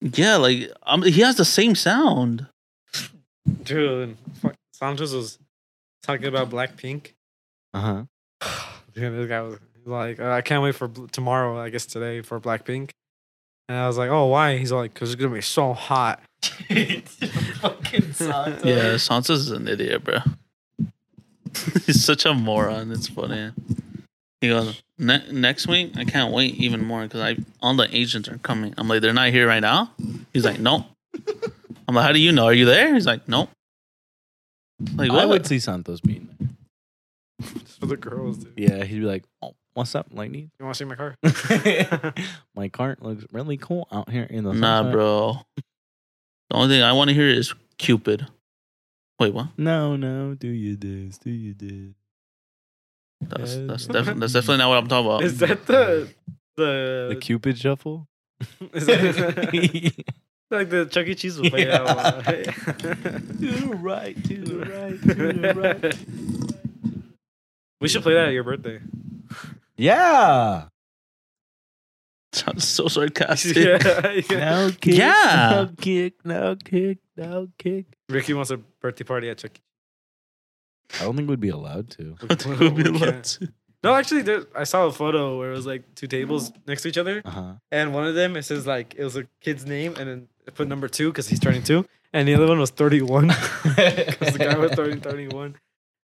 Yeah, like um, he has the same sound. Dude, fuck, Santos was talking about Blackpink. uh huh. [laughs] Dude, this guy was like, uh, I can't wait for bl- tomorrow, I guess today, for Blackpink. And I was like, oh, why? He's like, because it's going to be so hot. fucking Santos. Yeah, Sansa's an idiot, bro. [laughs] He's such a moron. It's funny. He goes ne- next week. I can't wait even more because I all the agents are coming. I'm like, they're not here right now. He's like, nope. I'm like, how do you know? Are you there? He's like, nope. Like what? I would see Santos being there. Just for the girls, dude. Yeah, he'd be like, "Oh, what's up, Lightning? You want to see my [laughs] car? My cart looks really cool out here in the nah, sunshine." bro. The only thing I want to hear is Cupid. Wait, what? No, no, do you this? Do you this? That's Yeah. that's, def- that's definitely not what I'm talking about. [laughs] Is that the. The The. Cupid shuffle. [laughs] [laughs] is [laughs] that, like the Chuck E. Cheese will play Yeah. out. [laughs] right, to we should play that at your birthday. Yeah. Sounds so sarcastic. [laughs] [laughs] yeah, [laughs] yeah. No kick. Yeah. No kick. No kick. No kick. Ricky wants a birthday party at Chuck E. I don't think we'd be allowed to. I think we'll be We allowed can't. to. No, actually, there, I saw a photo where it was like two tables next to each other, Uh huh. and one of them it says like it was a kid's name, and then it put number two because he's turning two, and the other one was thirty [laughs] one because the guy was [laughs] turning thirty one,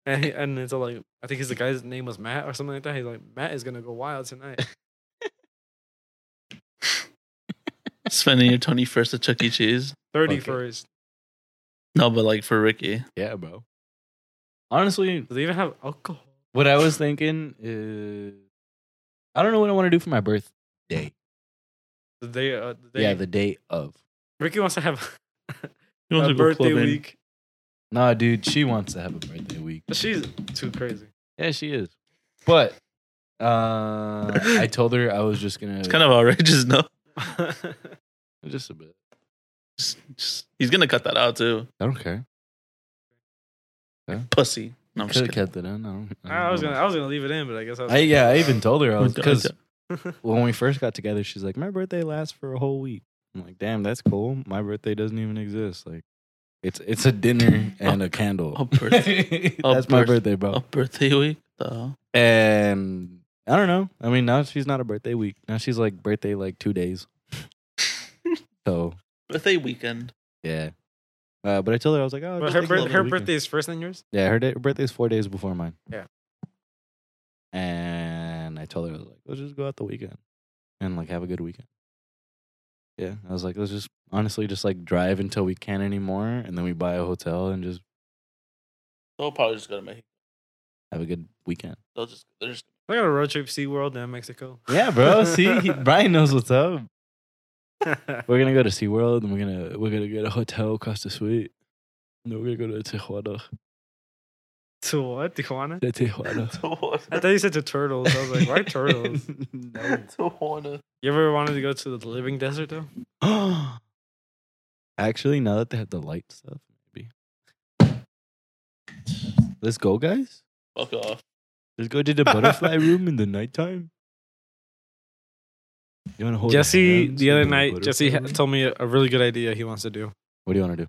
and he, and it's all like I think his the guy's name was Matt or something like that. He's like Matt is gonna go [laughs] wild tonight. Spending your 21st at Chuck E. Cheese. Thirty first. No, but like for Ricky. Yeah, bro. Honestly, Do they even have alcohol? what I was thinking is, I don't know what I want to do for my birthday. Do they, uh, do they, Yeah, the day of. [laughs] Ricky wants to have He a wants to go birthday clubbing. week. Nah, dude, she wants to have a birthday week. week. She's [laughs] too crazy. Yeah, she is. But uh, I told her I was just gonna It's kind of outrageous, [laughs] no? just a bit. Just, just, he's gonna cut that out too. I don't care. Pussy. No, I'm just Could have kidding. kept it in. I don't. I, I was gonna, I was gonna leave it in, but I guess I was. I yeah. I [laughs] even told [laughs] [laughs] her I was Don't- because don't. when we first got together, she's like, "My birthday lasts for a whole week." I'm like, "Damn, that's cool. My birthday doesn't even exist. Like, it's it's a dinner and a candle. a [laughs] birthday- a that's my birth- birthday, bro. A birthday week. though. And I don't know. I mean, now she's not a birthday week. Now she's like birthday like two days. so Birthday weekend. yeah. Uh, but I told her I was like, oh, But just her, take a birth- little her weekend. birthday is first than yours. Yeah, her, day, her birthday is four days before mine. Yeah. And I told her I was like, let's just go out the weekend and like have a good weekend. Yeah, I was like, let's just honestly just like drive until we can't anymore, and then we buy a hotel and just They'll probably just go to Mexico. have a good weekend. They'll just they're just I got a road trip, Sea World, and Mexico. Yeah, bro. See, [laughs] [laughs] he, Brian knows what's up. That's We're gonna go to SeaWorld and we're gonna we're gonna get a hotel across the street. No, we're gonna go to [laughs] Tijuana. [laughs] to what? Tijuana? To Tijuana. [laughs] [laughs] I thought you said to turtles. I was like, [laughs] why turtles? [laughs] You ever wanted to go to the living desert though? no. [gasps] Actually, now that they have the light stuff, maybe. Let's go, guys. Fuck off. Let's go to the [laughs] butterfly room in the nighttime. You wanna hold Jesse, hands the other in night, Jesse butterfly ha- room? told me a, a really good idea he wants to do. What do you wanna do?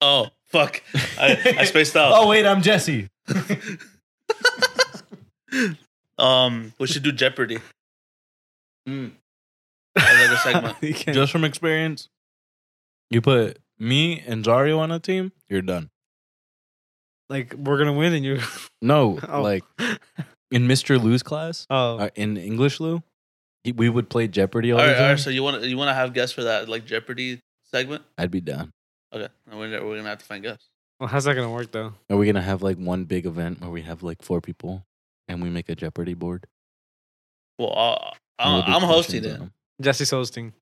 Oh fuck. I, [laughs] I spaced out. Oh wait, I'm Jesse. Oh. Um, we should do Jeopardy. Hmm. As like a [laughs] [laughs] segment. He can't- Just from experience, you put me and Zario on a team, you're done. like we're gonna win, and you. [laughs] [laughs] No, Oh. like in Mr. Lou's class, Oh, uh, in English Lou, he, we would play Jeopardy all, All right, the time. all right. So you want to you want to have guests for that like Jeopardy segment? I'd be down. Okay, and we're, we're gonna have to find guests. well, how's that gonna work though? Are we gonna have like one big event where we have like four people and we make a Jeopardy board? Well, I'll, And I'm, we'll do I'm hosting questions it. on them? Jesse's hosting.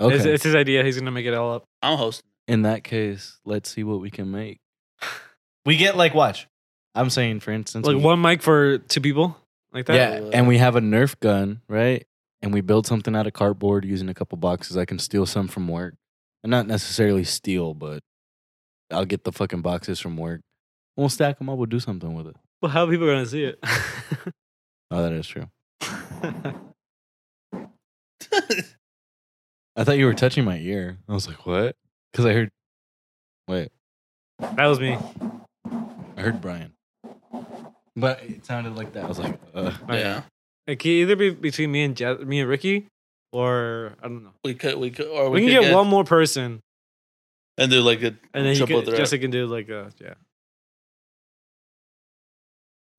Okay. It's, it's his idea. He's gonna make it all up. I'm hosting. in that case, let's see what we can make. [laughs] We get like watch. I'm saying, for instance, Like we- one mic for two people, like that. yeah, and we have a Nerf gun, right? And we build something out of cardboard using a couple boxes. I can steal some from work, and not necessarily steal, but I'll get the fucking boxes from work. We'll stack them up. We'll do something with it. Well, how are people gonna see it? [laughs] Oh, that [laughs] is true. I thought you were touching my ear. I was like, what? Because I heard. Wait, that was me. I heard Brian, but it sounded like that. I was like, uh. Okay. Yeah, It could either be between me and Je- me and Ricky, or I don't know. we could we could or We, we, can could get, one more person, and do like a and then you triple could, threat. Jesse can do like a yeah.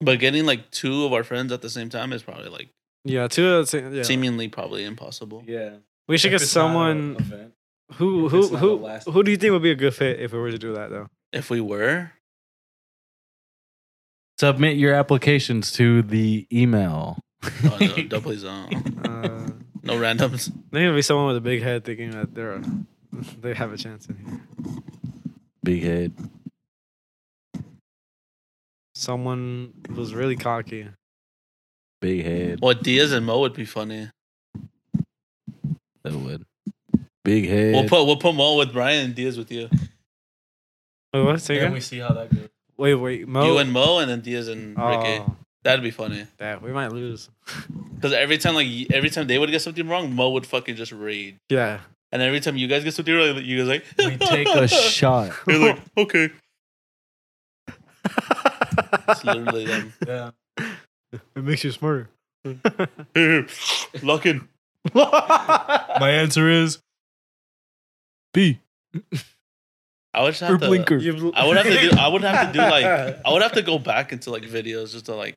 But getting like two of our friends at the same time is probably like Yeah, two of the same. Yeah. seemingly probably impossible. Yeah. we should get someone who if who it's not a who last- who do you think would be a good fit if we were to do that though? If we were, Submit your applications to the email. oh, [laughs] no, [laughs] don't please don't. Uh, No randoms. there's gonna be someone with a big head thinking that they're a, [laughs] they have a chance in here. Big head. Someone who's really cocky. Big head. Well, Diaz and Mo would be funny. That would. Big head. We'll put we'll put Mo with Brian and Diaz with you. Wait, what? Say again? see how that goes. Wait, wait, Mo. You and Mo, and then Diaz and Ricky. oh, That'd be funny. that we might lose. Because every time, like y- every time they would get something wrong, Mo would fucking just rage. Yeah. And every time you guys get something wrong, you guys like We take [laughs] a shot. [laughs] You're [laughs] like okay. It's literally them. Yeah. It makes [laughs] you smarter. Here, lock in. My answer is B. I would just Or have to. blinker. You- I would have to do. I would have to do [laughs] like. I would have to go back into like videos just to like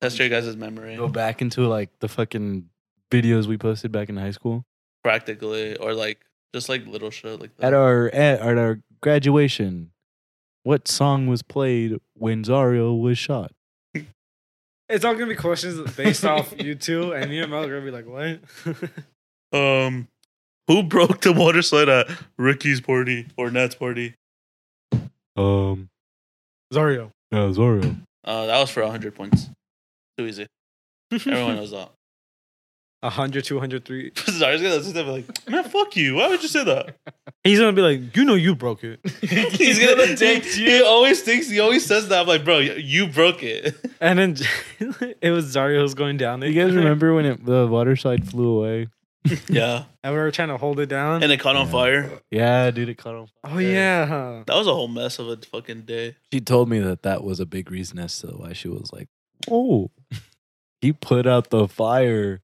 test your guys' memory Go back into like the fucking videos we posted back in high school. practically, or like just like little shit like that. At our at, at our graduation, what song was played when Zario was shot? It's all gonna be questions [laughs] based off you two, and me and Mel are gonna be like, "What?" [laughs] Um, who broke the water slide at Ricky's party or Nat's party? Um, Zario. Yeah, Zorio. Uh, that was for 100 points. Too easy. Everyone knows that. [laughs] 100, 200, 3. Zario's gonna sit there and be like, man, fuck you. Why would you say [laughs] that? He's gonna be like, you know, you broke [laughs] it. He's gonna take [laughs] you. [laughs] He always thinks, he always says that. I'm like, bro, you broke it. [laughs] And then [laughs] it was Zario's going down. You guys remember when it, the water slide flew away? yeah. And we were trying to hold it down. [laughs] And it caught on fire. Yeah, dude, it caught on. oh, yeah. That was a whole mess of a fucking day. She told me that that was a big reason as to why she was like, "Oh, [laughs] he put out the fire."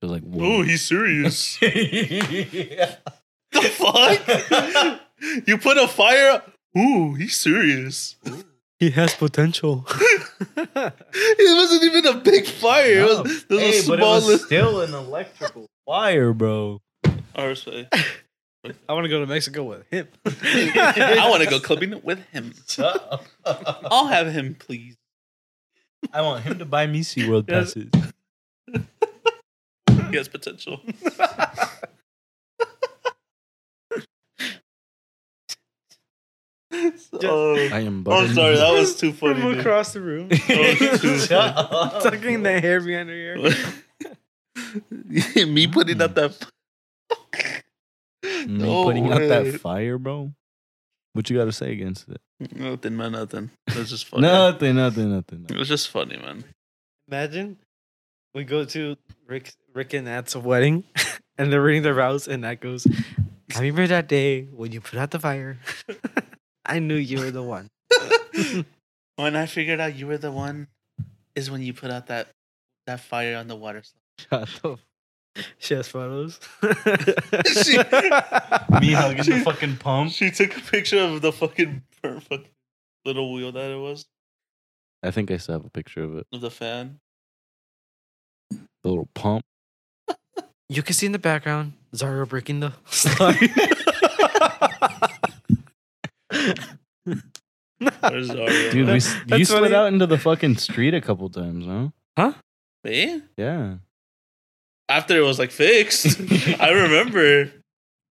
She was like, "Whoa, Oh, he's [laughs] serious. the [laughs] fuck? you put a fire. Ooh, he's serious. He has potential. It wasn't even a big fire. It was, it was a Hey, but it small. [laughs] was little still an electrical. fire, bro!" I respect. I want to go to Mexico with him. [laughs] [laughs] I want to go clubbing with him. I I'll have him, please. want him to. Buy me SeaWorld Yes. passes. He [laughs] has potential. [laughs] oh, I am. I'm sorry. That was too funny. From dude. across the room, That was [laughs] too funny. tucking the hair behind her [laughs] ear. me putting up that. Me No putting out way. that fire, bro. What you got to say against it? Nothing, man. Nothing. It was just funny. Nothing, nothing, nothing. [laughs] It nothing. was just funny, man. Imagine we go to Rick, Rick and Nat's wedding, [laughs] and they're reading their vows, and Nat goes, "I remember that day when you put out the fire. [laughs] I knew you were the [laughs] one." When I figured out you were the one, is when you put out that that fire on the water slide. Shut the She has photos. [laughs] She- Me hugging the fucking pump. [laughs] She took a picture of the fucking, her fucking little wheel that it was I think I still have a picture of it. of the fan. The little pump. you can see in the background Zario breaking the [laughs] slide. Where's Zarya? Dude, we, s- you That's slid funny. out into the fucking street a couple times, huh? [laughs] Me? Yeah. After it was like fixed, [laughs] I remember.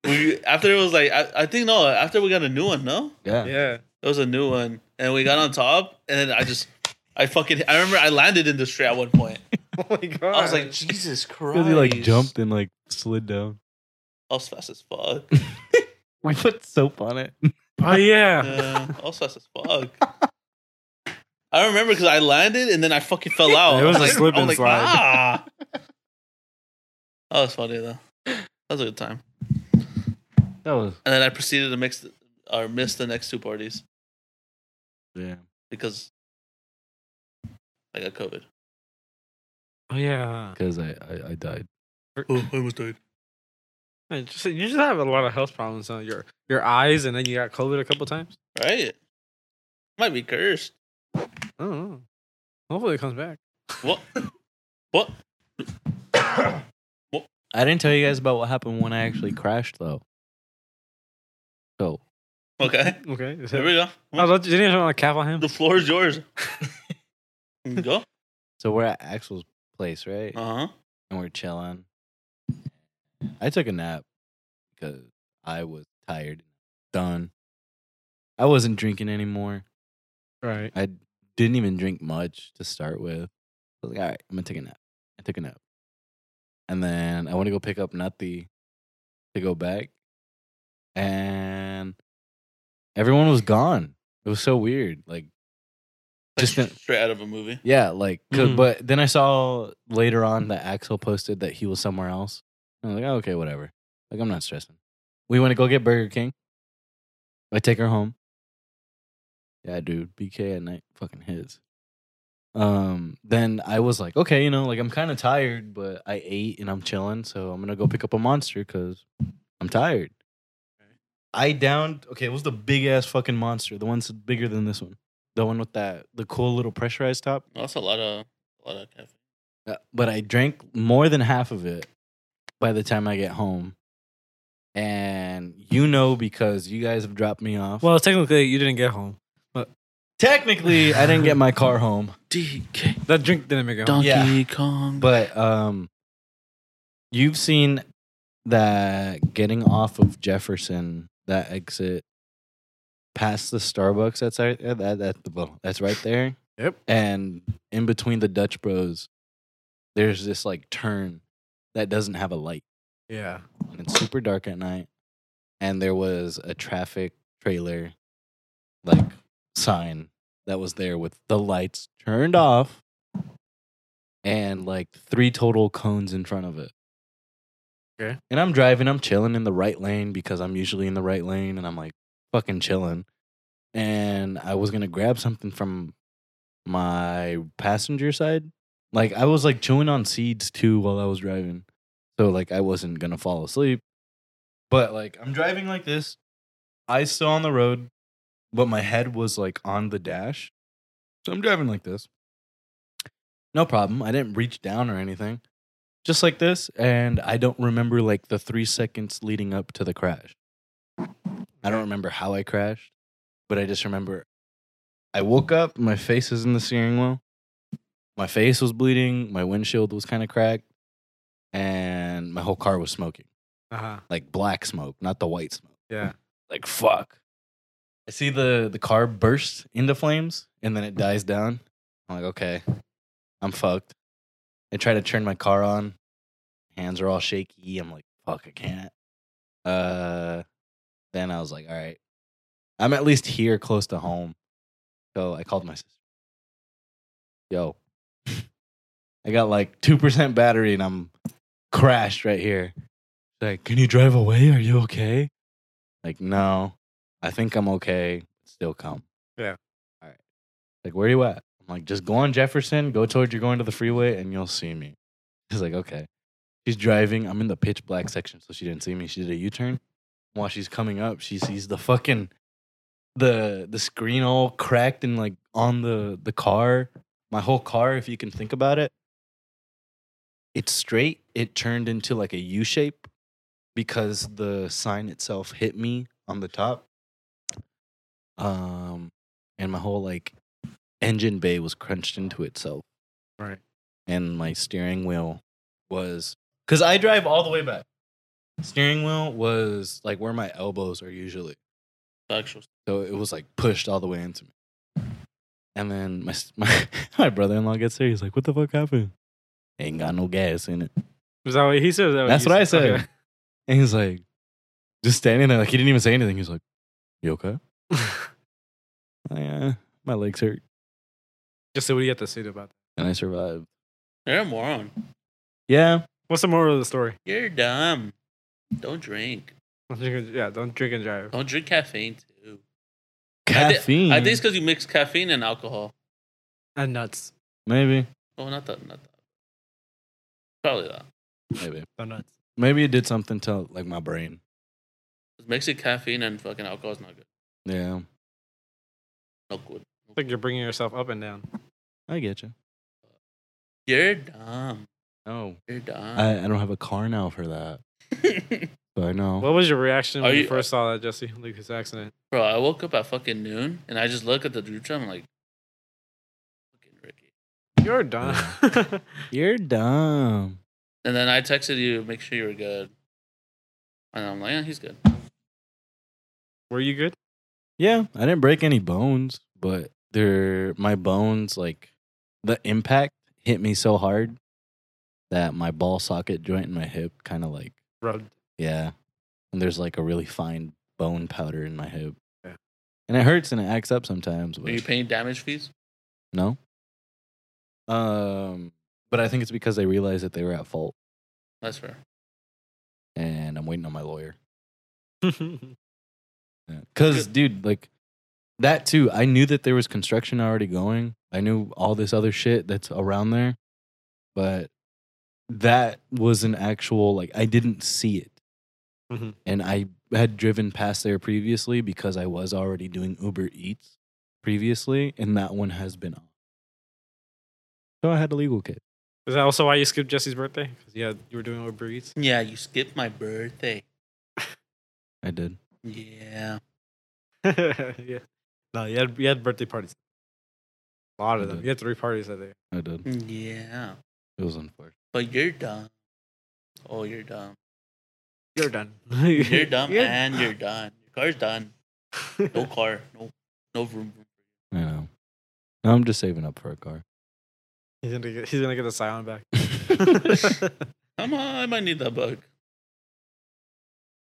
We after it was like I, I think no after we got a new one no Yeah. yeah. it was a new one and we got on top and then I just I fucking I remember I landed in the street at one point Oh my god. I was like Jesus Christ Because he like jumped and like slid down. I was fast as fuck [laughs] We put soap on it. [laughs] "Oh yeah." Yeah, I was fast as fuck. I remember because I landed and then I fucking fell out. It was I a like, slip I was and like, slide. Ah. That was funny though. That was a good time. That was. And then I proceeded to mix or miss the next two parties Yeah. because I got COVID. Oh yeah. Because I, I, I died. Oh, I almost died. Man, just- you just have a lot of health problems on your your eyes, and then you got COVID a couple times. Right? Might be cursed. I don't know. Hopefully it comes back. What? What? I didn't tell you guys about what happened when I actually crashed, though. So Okay. Okay. [laughs] is Here it- we go. I thought you didn't even want to cap on him. The floor is [laughs] yours. go. So we're at Axel's place, right? Uh huh. and we're chilling. I took a nap because I was tired, done. I wasn't drinking anymore. Right. I didn't even drink much to start with. I was like, all right, I'm gonna take a nap. I took a nap, and then I want to go pick up Nutty to go back, and everyone was gone. It was so weird. Like, just in- straight out of a movie. yeah, like, 'cause- Mhm. but then I saw later on that Axel posted that he was somewhere else. And I'm like, oh, okay, whatever. Like, I'm not stressing. We want to go get Burger King. I take her home. Yeah, dude, BK at night fucking hits. Um, then I was like, okay, you know, like I'm kind of tired, but I ate and I'm chilling, so I'm gonna go pick up a monster because I'm tired. I downed. Okay, it was the big ass fucking monster, the one's bigger than this one, the one with that the cool little pressurized top. Well, that's a lot of a lot of caffeine. Uh, but I drank more than half of it by the time I get home. And you know because you guys have dropped me off. Well, technically, you didn't get home. technically, I didn't get my car home, DK That drink didn't make it home. Donkey Yeah. Kong. but um, you've seen that getting off of Jefferson, that exit past the Starbucks that's right there, that that the well, that's right there. Yep. And in between the Dutch Bros, there's this like turn that doesn't have a light. Yeah. and it's super dark at night. And there was a traffic trailer, like sign that was there with the lights turned off, and like three total cones in front of it. Okay. And I'm driving, I'm chilling in the right lane because I'm usually in the right lane, and I'm like fucking chilling. And I was gonna grab something from my passenger side. Like I was like chewing on seeds too while I was driving. So like I wasn't gonna fall asleep. But like I'm driving like this, eyes still on the road, but my head was like on the dash. So I'm driving like this. No problem. I didn't reach down or anything. Just like this, and I don't remember like the three seconds leading up to the crash. I don't remember how I crashed, but I just remember I woke up, my face is in the steering wheel. My face was bleeding, my windshield was kind of cracked and my whole car was smoking Uh huh. like black smoke not the white smoke Yeah. like fuck i see the the car burst into flames and then it dies down i'm like okay i'm fucked i try to turn my car on hands are all shaky i'm like fuck i can't uh then i was like all right i'm at least here close to home so i called my sister yo [laughs] i got like 2% battery and i'm crashed right here like, can you drive away? Are you okay? Like, no, I think I'm okay. Still come. Yeah. All right. Like, where are you at? I'm like, just go on Jefferson, go towards you're going to the freeway, and you'll see me. [laughs] He's like, okay. She's driving. I'm in the pitch black section, so she didn't see me. She did a U turn. While she's coming up, she sees the fucking the the screen all cracked and like on the the car. My whole car, if you can think about it, it's straight. It turned into like a U shape because the sign itself hit me on the top. Um, and my whole like engine bay was crunched into itself. Right. And my steering wheel was because I drive all the way back. Steering wheel was like where my elbows are usually. Actual. So it was like pushed all the way into me. And then my s- [laughs] my, my brother in law gets there. He's like, "What the fuck happened? Ain't got no gas in it." Is that what he said? Is that what That's you what I Okay. said. And he's like, just standing there, like he didn't even say anything. He's like, "You okay?" Oh, yeah, my legs hurt, [laughs] Just say what do you have to say about that? and I survived. You're a moron. Yeah, What's the moral of the story? You're dumb. Don't drink. Don't drink and- Yeah, don't drink and drive. Don't drink caffeine too. caffeine. I think it's because you mix caffeine and alcohol. And Uh, nuts. maybe, Oh, not that. Not that. Probably that. maybe, Don't nuts. maybe it did something to like my brain. It makes it caffeine and fucking alcohol is not good. Yeah, Not good. It's like you're bringing yourself up and down. I get you. You're dumb. No, You're dumb. Oh. I, I don't have a car now for that, [laughs] but I know. What was your reaction when Are Oh. you, uh, you- first saw that Jesse Lucas accident? Bro, I woke up at fucking noon and I just look at the group chat. I'm like, fucking Ricky. You're done. You're dumb. And then I texted you, make sure you were good. And I'm like, yeah, he's good. [laughs] Were you good? Yeah, I didn't break any bones, but they're my bones like the impact hit me so hard that my ball socket joint in my hip kind of like Rubbed. yeah, and there's like a really fine bone powder in my hip, Yeah. and it hurts and it acts up sometimes. But Are you paying damage fees? no, um, but I think it's because they realized that they were at fault, That's fair. and I'm waiting on my lawyer. yeah. Because, dude, like that too, I knew that there was construction already going. I knew all this other shit that's around there. But that was an actual, like, I didn't see it. Mhm. And I had driven past there previously because I was already doing Uber Eats previously, and that one has been off. So I had a legal kit. Is that also why you skipped Jesse's birthday? Because yeah, you were doing Uber Eats. Yeah, you skipped my birthday. I did. Yeah. [laughs] yeah. No, you had you had birthday parties. A lot of them. Mhm. You had three parties, I think. I did. Yeah. It was unfortunate. But you're dumb. Oh, you're dumb. You're done. [laughs] [laughs] You're dumb and you're done. Your car's done. No car. No, no room. I know. No, I'm just saving up for a car. [laughs] He's gonna get, he's gonna get the [laughs] Scion back. [laughs] I'm, uh, I might need that bug.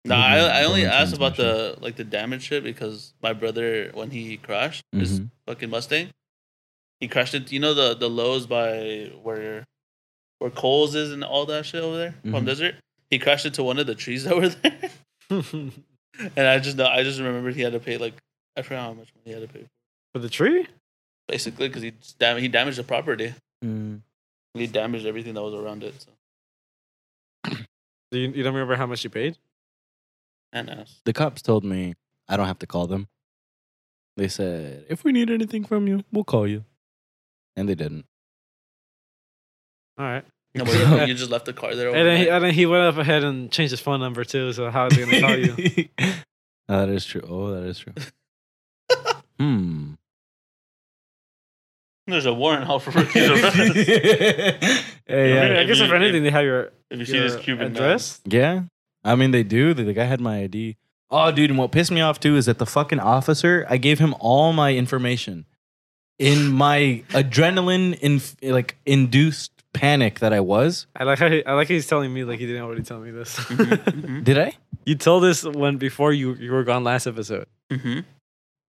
Nah, I, I only Normal asked about the like the damage shit because my brother when he crashed his Mhm. fucking Mustang, he crashed it. You know the the lows by where where Coles is and all that shit over there Palm Mhm. Desert. He crashed into one of the trees [laughs] that were there, and I just know I just remembered he had to pay like I forgot how much money he had to pay For the tree? basically because he dam- he damaged the property. Mm. He damaged everything that was around it. So. Do you, you don't remember how much you paid? And ass. The cops told me I don't have to call them. They said, if we need anything from you, we'll call you. And they didn't. All right. No, [laughs] but you just left the car there. And then, he, overnight. and then he went up ahead and changed his phone number too. So how is he gonna call [laughs] [laughs] you? No, [laughs] that is true. Oh, that [laughs] is true. hmm. There's a warrant out for [laughs] his arrest. Hey, I, mean, yeah. I guess if anything, they have your, If you see your this Cuban man. address. Yeah. I mean, they do. The, the guy had my ID. Oh, dude. And what pissed me off, too, is that the fucking officer, I gave him all my information in my adrenaline, inf- like induced panic that I was. I like how he, I like how he's telling me like he didn't already tell me this. [laughs] Mhm, Did I? you told this one before you you were gone last episode. mhm, mhm.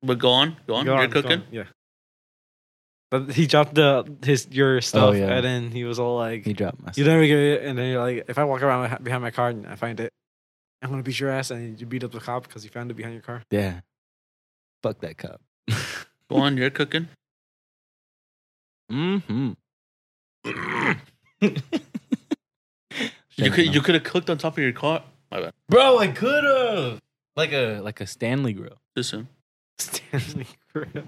But go on, go on. Go You're on, go cooking. on, Yeah. But he dropped the his your stuff, yeah. and then he was all like, He dropped my You never give it, and then you're like, if I walk around my- behind my car and I find it, I'm gonna beat your ass, and you beat up the cop because he found it behind your car. [laughs] Yeah. Fuck that cop. Go on. You're cooking. Mm-hmm. You could you could have cooked on top of your car. My bad. Bro, I could have. Like a like a Stanley grill. Too soon. Stanley Grill.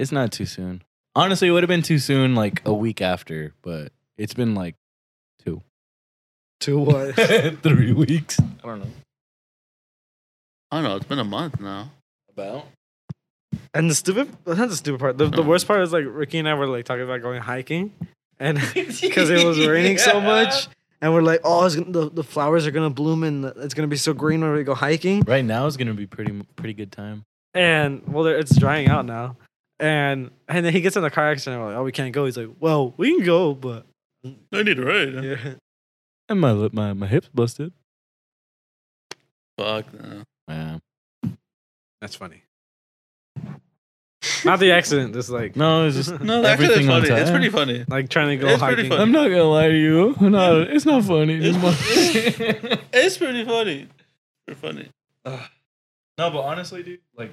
It's not too soon. Honestly, it would have been too soon like a week after, but it's been like To what? [laughs] three weeks. I don't know. I don't know. It's been a month [laughs] now. About? [laughs] and the stupid, that's not the stupid part. The, Oh. the worst part is like Ricky and I were like talking about going hiking, and [laughs] because it [laughs] was raining so much, and we're like, oh, it's gonna, the the flowers are gonna bloom and it's gonna be so green when we go hiking. Right now is gonna be pretty pretty good time. And well, there- it's drying out now, and and then he gets in the car accident. And we're like, oh, we can't go. He's like, well, we can go, but I need a ride. [laughs] yeah. And my lip- my my hips busted. Fuck. No. Yeah. That's funny. Not the accident, just like No, it's [laughs] just No, that's actually Everything on funny. It's time. pretty funny. like trying to go It's pretty hiking. funny. I'm not gonna lie to you. No, it's not funny. [laughs] It's pretty funny. Pretty funny. No, but honestly, dude, like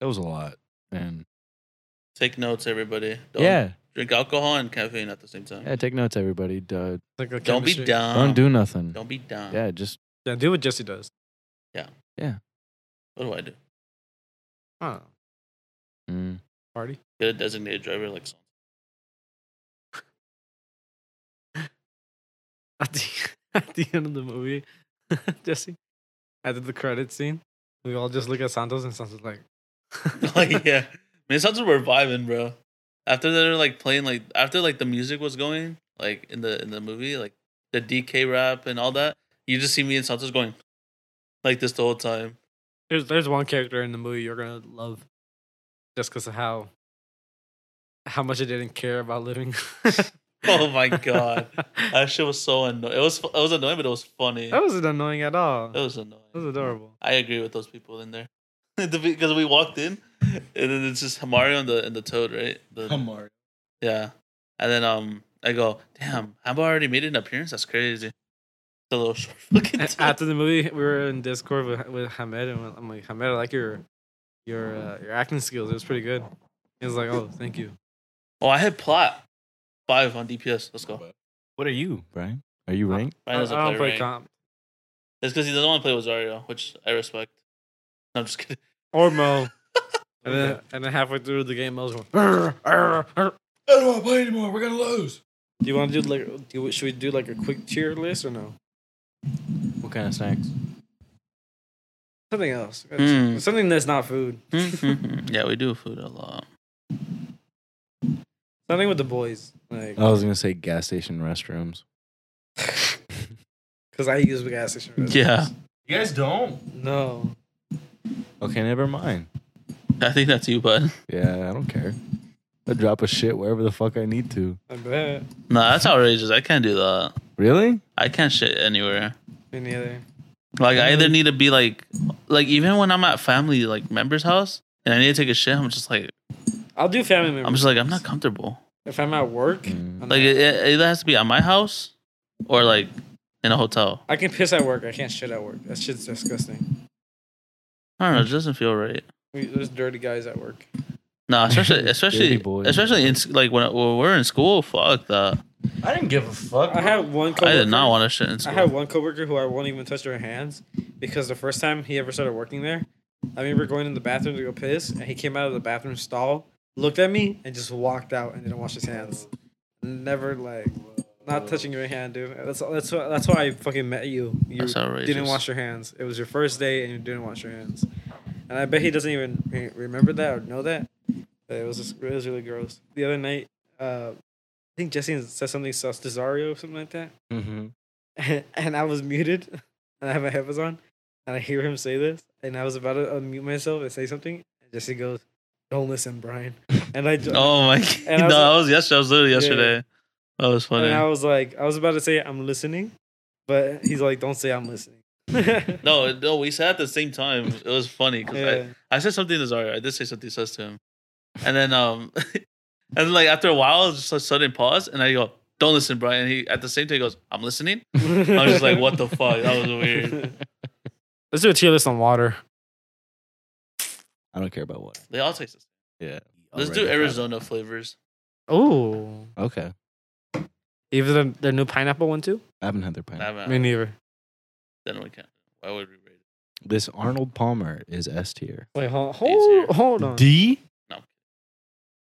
That was a lot. And Take notes, everybody. Don't yeah, Drink alcohol and caffeine at the same time. yeah. Take notes, everybody. Duh, Like a Don't be chemistry. dumb. don't do nothing. Um, Don't be dumb. Yeah, just Yeah, do what Jesse does. What do I do? Huh. mm, Party. [laughs] Get a designated driver like. [laughs] so- At the, at the end of the movie, [laughs] Jesse, after the credit scene, we all just look at Santos and Santos is like, [laughs] like yeah, man, sounds like we're vibing, bro. After they're like playing, like after like the music was going, like in the in the movie, like the DK rap and all that, you just see me and Santos going [laughs] like this the whole time. [laughs] There's there's one character in the movie you're gonna love, just because of how how much I didn't care about living. [laughs] Oh my god, that shit was so annoying. It was it was annoying, but it was funny. [laughs] that wasn't annoying at all. It Oh. That was annoying. was adorable. I agree with those people in there [laughs] because we walked in, and then it's just Mario and the and the Toad, right? The- Hamar. Yeah. And then um I go, damn, Hamba already made an appearance? That's crazy. The little [laughs] short fucking A- after the movie, we were in Discord with, with Hamed, and I'm like, Hamed, I like your your uh, your acting skills. It was pretty good. He was like, oh, thank you. Oh, I hit plot five on DPS. Let's go. what are you, Brian? Are you ranked? Ryan I, doesn't I don't play play rank. comp It's because he doesn't want to play with Zario, which I respect. No, I'm just kidding. [laughs] or Mo. and then and then halfway through the game, Mo's going, "Arr, arr, arr." I don't want to play anymore. We're gonna lose. do you want to do like, do, you- should we do like a quick tier list or no? What kind of snacks? Something else. Hmm. Something that's not food. yeah, we do food a lot. Something with the boys, like Oh. I was gonna say gas station restrooms. because I use the gas station. Yeah. You guys don't. No. Okay, never mind. I think that's you, bud. Yeah, I don't care. I drop a shit wherever the fuck I need to. I bet. No, that's outrageous. I can't do that. Really? I can't shit anywhere. Me neither. Like I either need to be like, like even when I'm at family like members' house and I need to take a shit, I'm just like, I'll do family members. I'm just like, I'm not comfortable. If I'm at work, Mm. Like I'm not- it, it either has to be at my house or like in a hotel. I can piss at work. I can't shit at work. That shit's disgusting. I don't know. It doesn't feel right. We, there's dirty guys at work. No, especially especially boy. especially in like when, when we're in school. Fuck that. I didn't give a fuck. I had one. I did coworker- not want to shit in school. I had one coworker who I won't even touch their hands because the first time he ever started working there, I remember going in the bathroom to go piss, and he came out of the bathroom stall, looked at me, and just walked out and didn't wash his hands. Never like not touching your hand, dude. That's that's why- that's why I fucking met you. You That's outrageous. didn't wash your hands. It was your first day, and you didn't wash your hands. And I bet he doesn't even re- remember that or know that. But it was just, it was really gross. The other night, uh, I think Jesse said something sus to Zario or something like that Mm-hmm. [laughs] and I was muted, and I have my headphones on, and I hear him say this, and I was about to unmute myself and say something, and Jesse goes, "Don't listen, [laughs] Brian," and I ju- [laughs] Oh my! And I no, was that was yesterday. I was literally Yeah. yesterday. That was funny. and I was like, I was about to say I'm listening, but he's like, "Don't say I'm listening." [laughs] no, no, we sat at the same time. It was funny because yeah. I, I said something to Zara. I did say something sus to him, and then um, [laughs] and then like after a while, it was just a sudden pause, and I go, "Don't listen, Brian." And he at the same time he goes, "I'm listening." I was just like, [laughs] "What the fuck?" That was weird. Let's do a tier list on water. I don't care about what. They all taste. the same. Yeah. Let's do Arizona flavors. Oh, Okay. even their, their new pineapple one too. I haven't had their pint. Nah, man, Me neither. then we can. Why would we rate it? This Arnold Palmer is S tier. Wait, hold Easier. hold, hold on. D?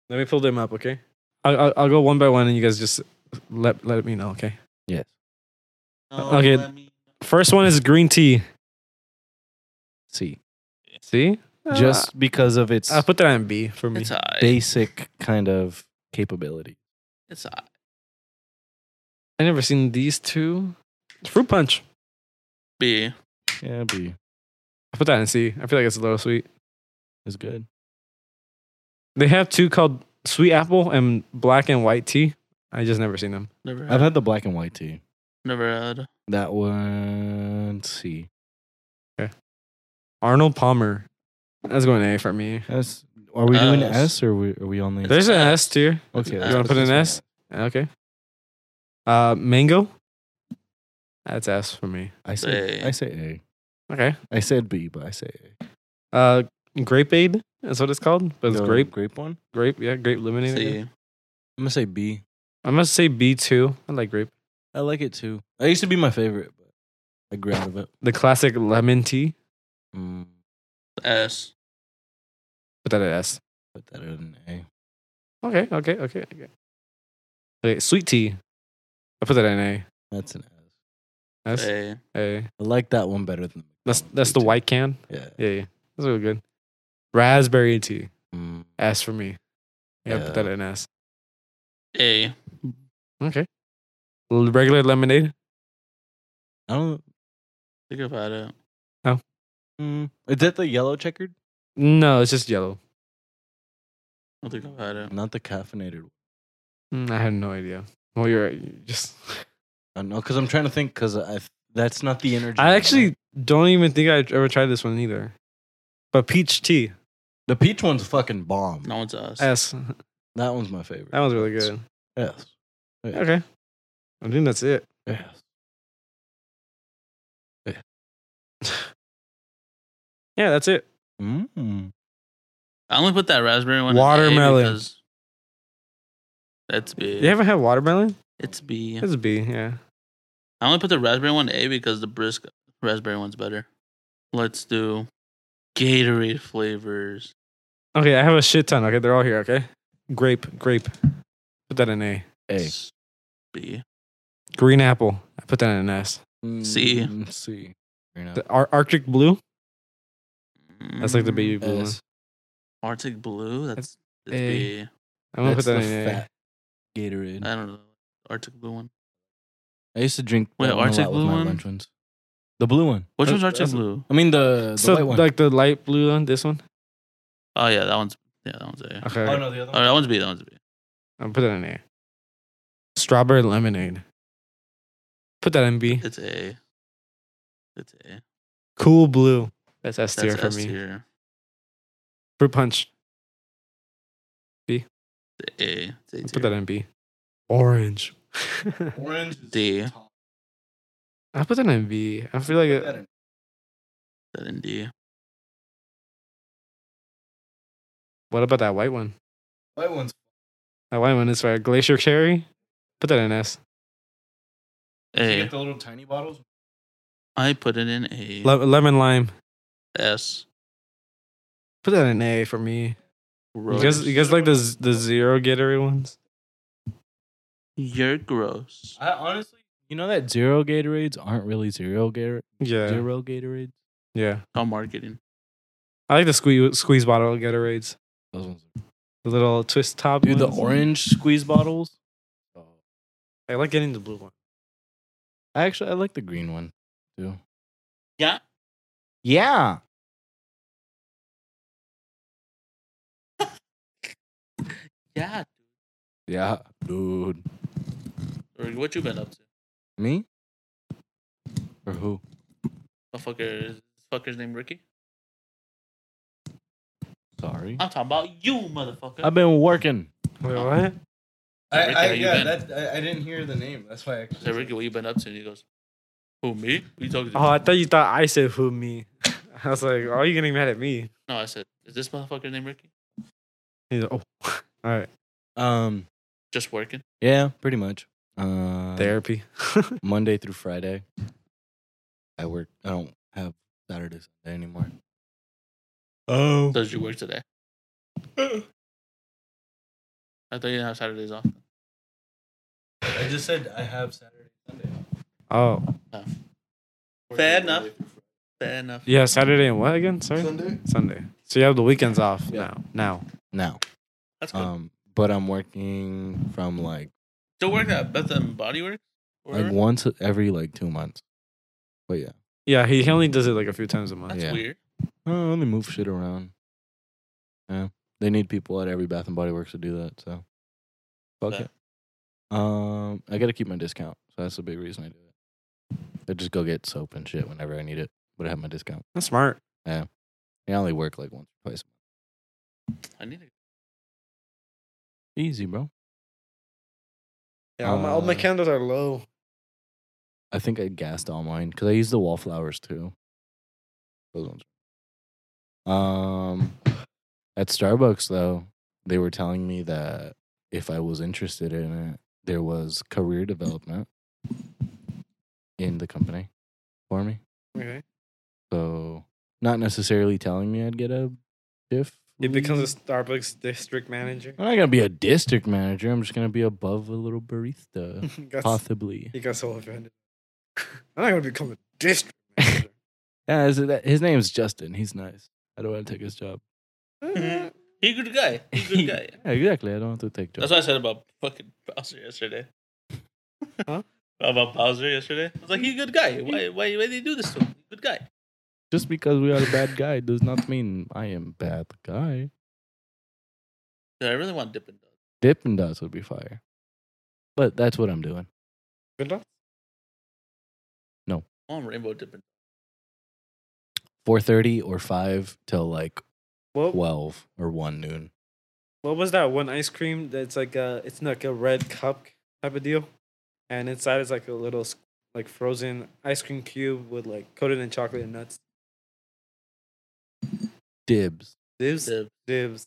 Let me pull them up, okay? I'll, I'll, I'll go one by one, and you guys just let let me know, okay? Yes. Okay. First one is green tea. C. See? Ah. Just because of its I put that on B for me. It's high. basic kind of capability. it's high. I never seen these two. Fruit punch. B. Yeah, B I put that in C. I feel like it's a little sweet. is good. They have two called sweet apple and black and white tea. I just never seen them. Never I've had. had the black and white tea. Never had. That one C. Arnold Palmer. That's going A for me. S. Are we Oh, doing S. S or we, are we only? There's an S tier. okay, You let's wanna put this an one S? Okay. Uh, mango. That's S for me. I say A. I say Okay. A. I said B, but I say A. Uh, grape aid. That's what it's called. But it's No, grape. grape one. Grape. Yeah, grape lemonade. C. I'm gonna say B. I'm gonna say B two. I like grape. I like it too. It used to be my favorite, but I grew out of it. The classic lemon tea. Mm, S. Put that at S. put that in an Okay, okay, okay, okay. Okay, sweet tea. I put that in A. A. That's an S. That's A. A. I like that one better than. That's that's the white can. Yeah. Yeah, yeah. That's really good. Raspberry tea. Mm, S for me. Yeah, put that in S. A. Okay. L- Regular lemonade. I don't. Think about it. Mm, is that the yellow checkered? No, it's just yellow. I'll think about it. Not the caffeinated one. Mm, I had no idea. Well, you're right. You just. [laughs] I know because I'm trying to think because I that's not the energy. I one, actually right? don't even think I ever tried this one either. But peach tea. the peach one's fucking bomb. No one's us. S. That one's my favorite. That one's really good. Yes. Okay. I think that's it. Yes. Yeah, that's it. Mm. I only put that raspberry one. in A Watermelon. because That's B. You haven't had watermelon? It's B. It's B, yeah. I only put the raspberry one A because the brisk raspberry one's better. Let's do Gatorade flavors. Okay, I have a shit ton. Okay, they're all here. Okay, grape, grape. Put that in A. A. S- B. Green apple. I put that in an S. C. Mm, C. Fair enough. The Ar- Arctic blue. That's like the Mm, baby blue one. Mm-hmm. S. Arctic blue. That's, that's A. B. I'm gonna put That's that the in A. fat Gatorade. Uh, I don't know. Arctic blue one. I used to drink Wait, that one a Arctic lot with Blue my one? lunch ones. The blue one. Which Uh, one's Archie that's- Blue? I mean the, the so white one. like the light blue one, this one. Oh yeah, that one's yeah, that one's A. Okay, Oh no, the other Oh, one. that one's B. That one's B. I'll put that in A. Strawberry lemonade. Put that in B. It's A. It's A. Cool blue. That's S tier That's for S me. tier. Fruit punch. It's A. It's A tier. I'll put that in B. Orange. [laughs] Orange. is D. top. I put that in B. I feel like Put that it, in- That in D. what about that white one? White one's That white one is for glacier cherry. Put that in S. You A. get the little tiny bottles. I put it in A. Le- lemon lime. S. Put that in A for me. You Gross. guys, you guys like the z- the zero Gatorade ones? You're gross. I honestly, you know that zero Gatorades aren't really zero Gator Yeah, zero Gatorades. yeah. Call marketing. I like the squeeze squeeze bottle Gatorades. Those ones. The little twist top. Dude, the ones. orange squeeze bottles. I like getting the blue one. I actually I like the green one too. Yeah. Yeah. Yeah. Yeah, dude. Or what you been up to? Me? Or who? The fucker. Is this fucker's name Ricky. Sorry. I'm talking about you, motherfucker. I've been working. Wait, what? Hey, I, Ricky, I how you yeah, been? that I, I didn't hear the name. That's why I. I said, Ricky, what you been up to? And he goes, Who me? What you talking to? Oh, I thought you thought I said who me. [laughs] I was like, oh, you getting mad at me? no, I said, Is this motherfucker named Ricky? He's like, oh, [laughs] all right. Um, Just working. yeah, pretty much. Uh Therapy. Monday through Friday. I work I don't have Saturday Sunday anymore. Oh. Does you work today? Uh-uh. I thought you didn't have Saturdays off. I just said I have Saturday, Sunday. Oh, Fair enough. Fair enough. yeah. Saturday and what again? Sorry, Sunday. Sunday. So you have the weekends off Yeah. now. Now. Now. That's uh, cool. Um, but I'm working from like Still work at Beth and Body Works? Or like whatever? once every like two months. But yeah. Yeah, he, he only does it like a few times a month. That's yeah. weird. Oh, let me move shit around. Yeah. They need people at every Bath and Body Works to do that, so fuck Yeah. it. Um I gotta keep my discount. So that's the big reason I do it. I just go get soap and shit whenever I need it. But I have my discount. That's smart. I only work like once or twice. I need to Easy, bro. Yeah, all, my, all my Uh, candles are low. I think I gassed all mine because I used the wallflowers too. Those ones. Um, at Starbucks though, they were telling me that if I was interested in it, there was career development in the company for me. Okay. So not necessarily telling me I'd get a diff. He becomes a mm. Starbucks [laughs] district manager. I'm not gonna be a district manager. I'm just gonna be above a little [laughs] barista, Got- possibly. He got so offended. [laughs] I'm not gonna become a district manager. Yeah, his, that- his name's Justin. He's nice. I don't want to take his job. [laughs] go. He good guy. He [laughs] good guy. Yeah, exactly. I don't have to take That's jobs. what I said about fucking Bowser yesterday. Huh? [laughs] About Bowser yesterday. I was like, he a good guy. Why, why, why did you do this to him? Good guy. Just because we are a bad guy does not mean I am bad guy. Dude, I really want Dippin' Dots. Dippin' Dots would be fire, but that's what I'm doing. [laughs] Good luck. I want Rainbow Dippin' Four thirty or five till like What, twelve or one noon. what was that one ice cream that's like a it's like a red cup type of deal, and inside is like a little s- like frozen ice cream cube with like coated in chocolate and nuts. Dibs. Dibs. Dip. Dibs.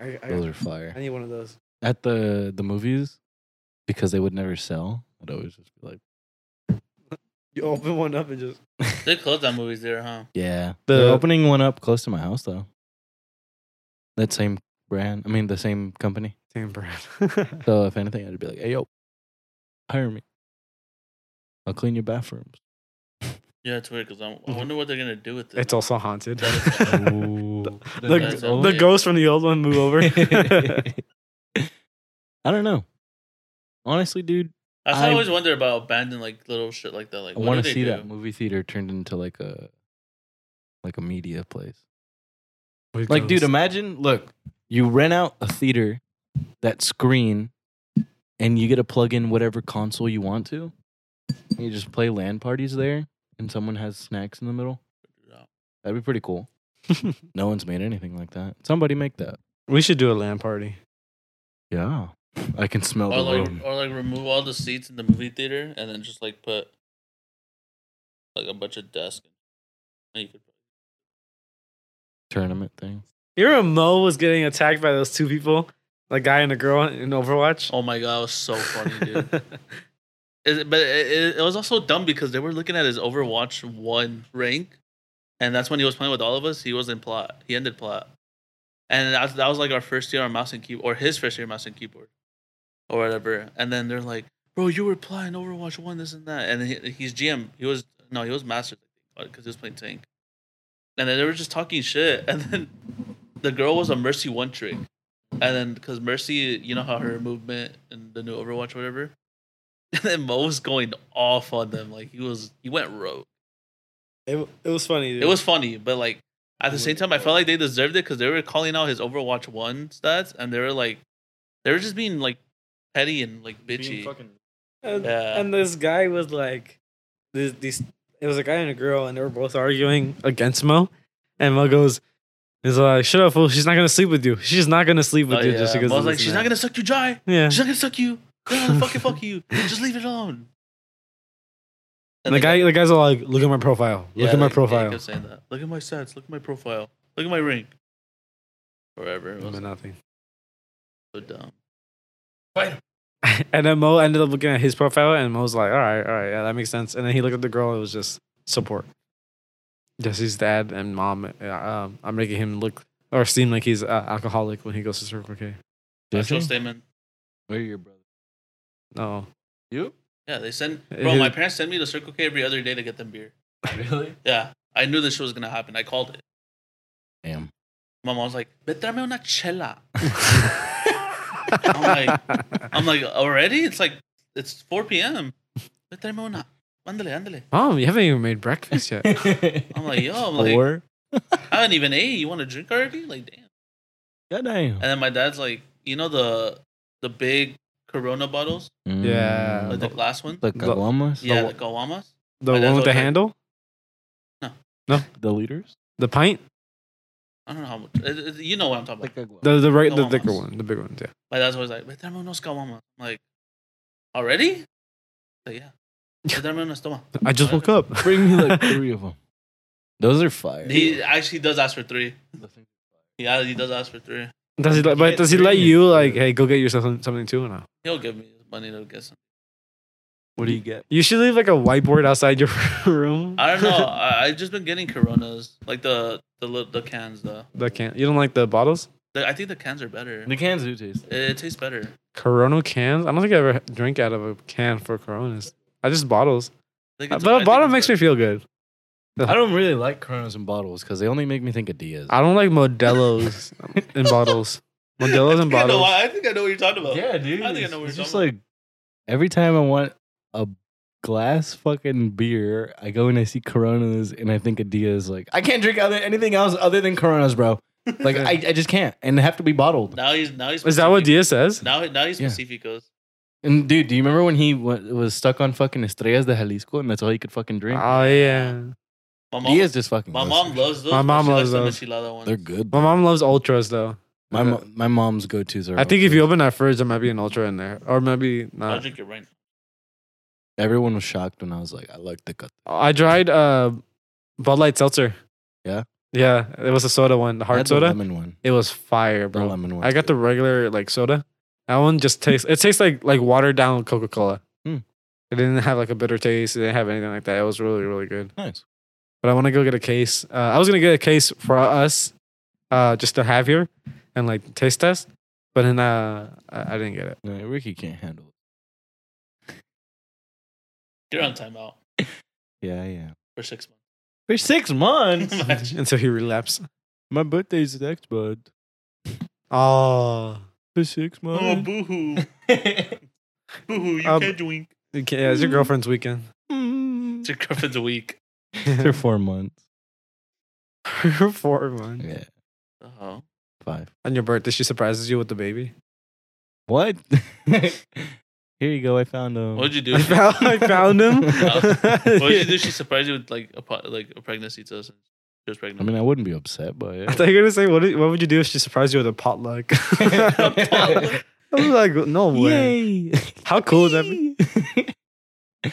I, Those I, are I fire. need one of those. At the the movies, because they would never sell. I'd always just be like, [laughs] You open one up and just They closed that movies there, huh? yeah. The- They're opening one up close to my house though. That same brand. I mean, the same company. damn brand. [laughs] So if anything, I'd be like, "Hey, yo, hire me. I'll clean your [laughs] bathrooms." Yeah, it's weird because I wonder what they're gonna do with it. Mm-hmm. it's also haunted. the- the, that's all the it- ghost from the old one [laughs] move [laughs] over. [laughs] I don't know. Honestly, dude, That's what I I- always wonder about abandoned like little shit like that. Like, I what want do to they see do? that movie theater turned into like a like a media place. With Like, dude, those- imagine look, you rent out a theater, that screen, and you get to plug in whatever console you want to. And You just play LAN parties there, and someone has snacks in the middle. That'd be pretty cool. no one's made anything like that. Somebody make that. [laughs] we should do a land party. Yeah, I can smell Or the like, uh, room. or like remove all the seats in the movie theater and then just like put like a bunch of desks. And you could Tournament thing. You remember Mo was getting attacked by those two people, a guy and a girl in Overwatch. Oh my god, it was so funny, [laughs] dude. [laughs] It- but it, it, it was also dumb because they were looking at his Overwatch one rank, and that's when he was playing with all of us. He was in plot. He ended plot, and that, that was like our first year on mouse and keyboard, or his first year mouse and keyboard, or whatever. And then they're like, "Bro, you were playing Overwatch one, this and that." And he, he's GM. He was no, he was master because he was playing tank. And then they were just talking shit, [laughs] and then the girl was a Mercy one trick, and then because Mercy, you know how her movement and the new Overwatch, whatever. [laughs] And then Mo was going off on them. Like he was, he went rogue. it, it was funny. Dude. It was funny, but like at the same time, I felt like they deserved it because they were calling out his Overwatch One stats, and they were like, they were just being like petty and like bitchy. And, Yeah. and this guy was like, this, these. It was a guy and a girl, and they were both arguing against Mo. And Mo goes, "Is like, shut up, fool. She's not gonna sleep with you. She's not gonna sleep with Oh, you." yeah. Just because Mo's of like, this she's and not that." gonna suck you dry. Yeah. She's not gonna suck you. No, fuck it, fuck you. Just leave it alone. And the guy, the guys are like, "Look at my profile. yeah, Look at my like, yeah, he profile." kept saying that. Look at my stats. Look at my profile. Look at my rank. Forever. It was But nothing. so dumb. [laughs] And then Mo ended up looking at his profile, and Mo's like, "All right, all right, yeah, that makes sense." And then he looked at the girl; it was just support. Jesse's dad and mom uh, um, are making him look or seem like he's uh, alcoholic when he goes to Circle K. Actual Jesse? statement. Where your brother? No, You? Yeah, they send It bro. is- My parents send me to Circle K every other day to get them beer. Really? Yeah, I knew this shit was gonna happen. I called it. Damn. My mom was like, "Betrame una chela." I'm like, I'm like, already? It's like it's 4 p.m. Betrame una. Andale, andale. mom, you haven't even made [laughs] breakfast yet. [laughs] I'm like, yo, I'm like, Four? I haven't even ate. You want to drink already? Like, damn. God damn. And then my dad's like, you know the the big Corona bottles, Yeah. like the glass one. Uh, The The- Caguamas? yeah, the Kawamas. The My dad's one with the always like- handle, The leaders? the pint, I don't know how much. it- it- You know what I'm talking about. the the right, the Caguamas. thicker one, the big one. Yeah, My dad's always like, Betrame unos Kawamas. I'm like, already? Like, yeah. Betrame unas toma. I just woke up. Bring me [laughs] [laughs] like three of them. Those are fire. He actually does ask for three. Yeah, he does ask for three. Does he? Like, but does he let you like, hey, go get yourself some- something too or not? He'll give me his money to get some. what do you get? You should leave like a whiteboard outside your [laughs] room. I [laughs] don't know. I, I've just been getting Coronas, like the the li- the cans though. the can. You don't like the bottles? The, I think the cans are better. It, The cans do taste. it tastes better. Corona cans. I don't think I ever drank out of a can for Coronas. I just bottles. I think Uh, But it's- a I bottle think makes it's me feel good. I don't really like Coronas in bottles because they only make me think of Diaz. I don't like Modelo's in bottles. [laughs] Modelo's in better. I think I know bottles. why- I think I know what you're talking about. yeah, dude. I think I it's- know what it's you're just talking like every time I want a glass fucking beer, I go and I see Coronas and I think of Diaz. Like I can't drink other anything else other than Coronas, bro. Like I, I just can't, and they have to be bottled. Now he's now he's. Is that what Pacific- Dia says? Now now he's Yeah. Pacificos. And dude, do you remember when he wa- was stuck on fucking Estrellas de Jalisco and that's all he could fucking drink? Oh yeah. Ah, My mom. Diaz just fucking. my goes mom for it. loves those. My but mom she loves likes those. The michelada ones. They're good. My mom loves ultras though. My mo- my mom's go tos are. I think if Ultras. you open that fridge, there might be an ultra in there, or maybe I'll not. drink it right now. everyone was shocked when I was like, I like the cut. I tried uh, Bud Light seltzer. Yeah? Yeah, it was a soda one, the I hard had the soda. lemon one. It was fire, The bro. lemon one. I got the regular like soda. That one just tastes. It tastes like like watered down Coca Cola. Hmm. It didn't have like a bitter taste. It didn't have anything like that. It was really really good. nice. But I want to go get a case. Uh, I was gonna get a case for us, uh, just to have here, and like taste test. But then uh, I, I didn't get it. No, Ricky can't handle it. You're on timeout Yeah, yeah. for six months. For six months. Imagine. And so he relapsed. My birthday's next bud. Oh, For six [laughs] oh boohoo. boohoo, you Mm. Um, can't drink. Okay, yeah, it's your girlfriend's weekend. It's your girlfriend's [laughs] week. They're Hmm. four months. [laughs] Four months. Yeah, Uh-huh. Oh, five. On your birthday, she surprises you with the baby. What? [laughs] Here you go. I found um, them. what did you do? I [laughs] found, I found him. what did you do? She surprised you with like a po- like a pregnancy test. and She was I pregnant. mean, I wouldn't be upset, but [laughs] I yeah. thought you were gonna say what? did- What would you do if she surprised you with a potluck? [laughs] [laughs] I was like, no way. Yay! How cool would that [laughs] be? [laughs]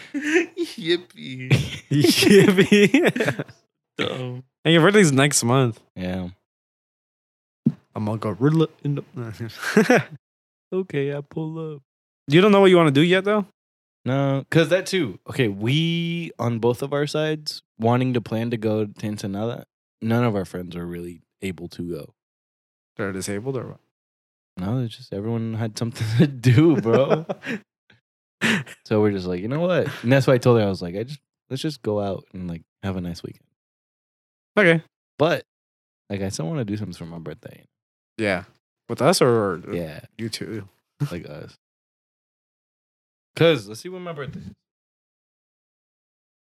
Yippee! Yippee. Oh. and your birthday's next month. yeah. I'm a gorilla in the. [laughs] Okay, I pull up. you don't know what you want to do yet, though. No, because that too. Okay, we on both of our sides wanting to plan to go to Ensenada. None of our friends are really able to go. They're disabled or what? No, it's just everyone had something [laughs] to do, bro. so we're just like, you know what? And that's why I told her I was like, I just let's just go out and like have a nice weekend. Okay. But like, I still want to do something for my birthday. [laughs] Yeah. With us or yeah. Yeah, you two? like us. Cause let's see when my birthday. is.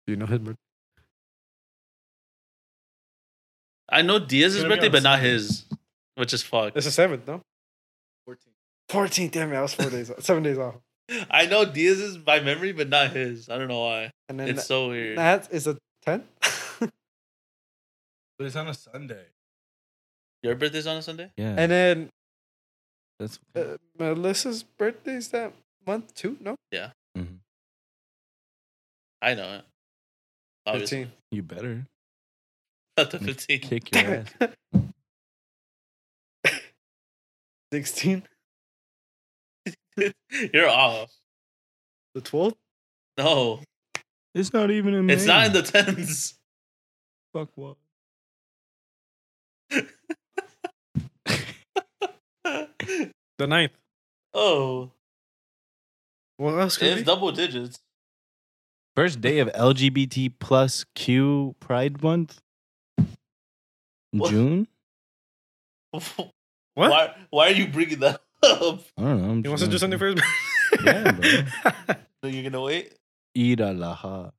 You know his birthday. I know Diaz's It's gonna be birthday, on but not his, which is fucked. It's the seventh, no? Fourteenth. Fourteenth. Damn it! I was four days, off, seven days off. I know Diaz's by memory, but not his. I don't know why. And It's so weird. that is a tenth. [laughs] But it's on a Sunday. Your birthday's on a Sunday? Yeah, and then that's uh, Melissa's birthday's that month too. No, I know it. Obviously. fifteen. you better [laughs] Not the 15. kick your ass. [laughs] Sixteen. You're off. The twelfth. No, It's not even in. it's not in the tens. [laughs] fuck what. The ninth. oh, What else? could it's be? double digits. [laughs] First day of LGBT plus Q Pride Month. What? June. What? What? Why, why are you bringing that [laughs] up? I don't know. I'm He wants to do just- something for [laughs] his [laughs] Yeah, birthday. [laughs] bro. You're gonna wait? Eid al-Adha.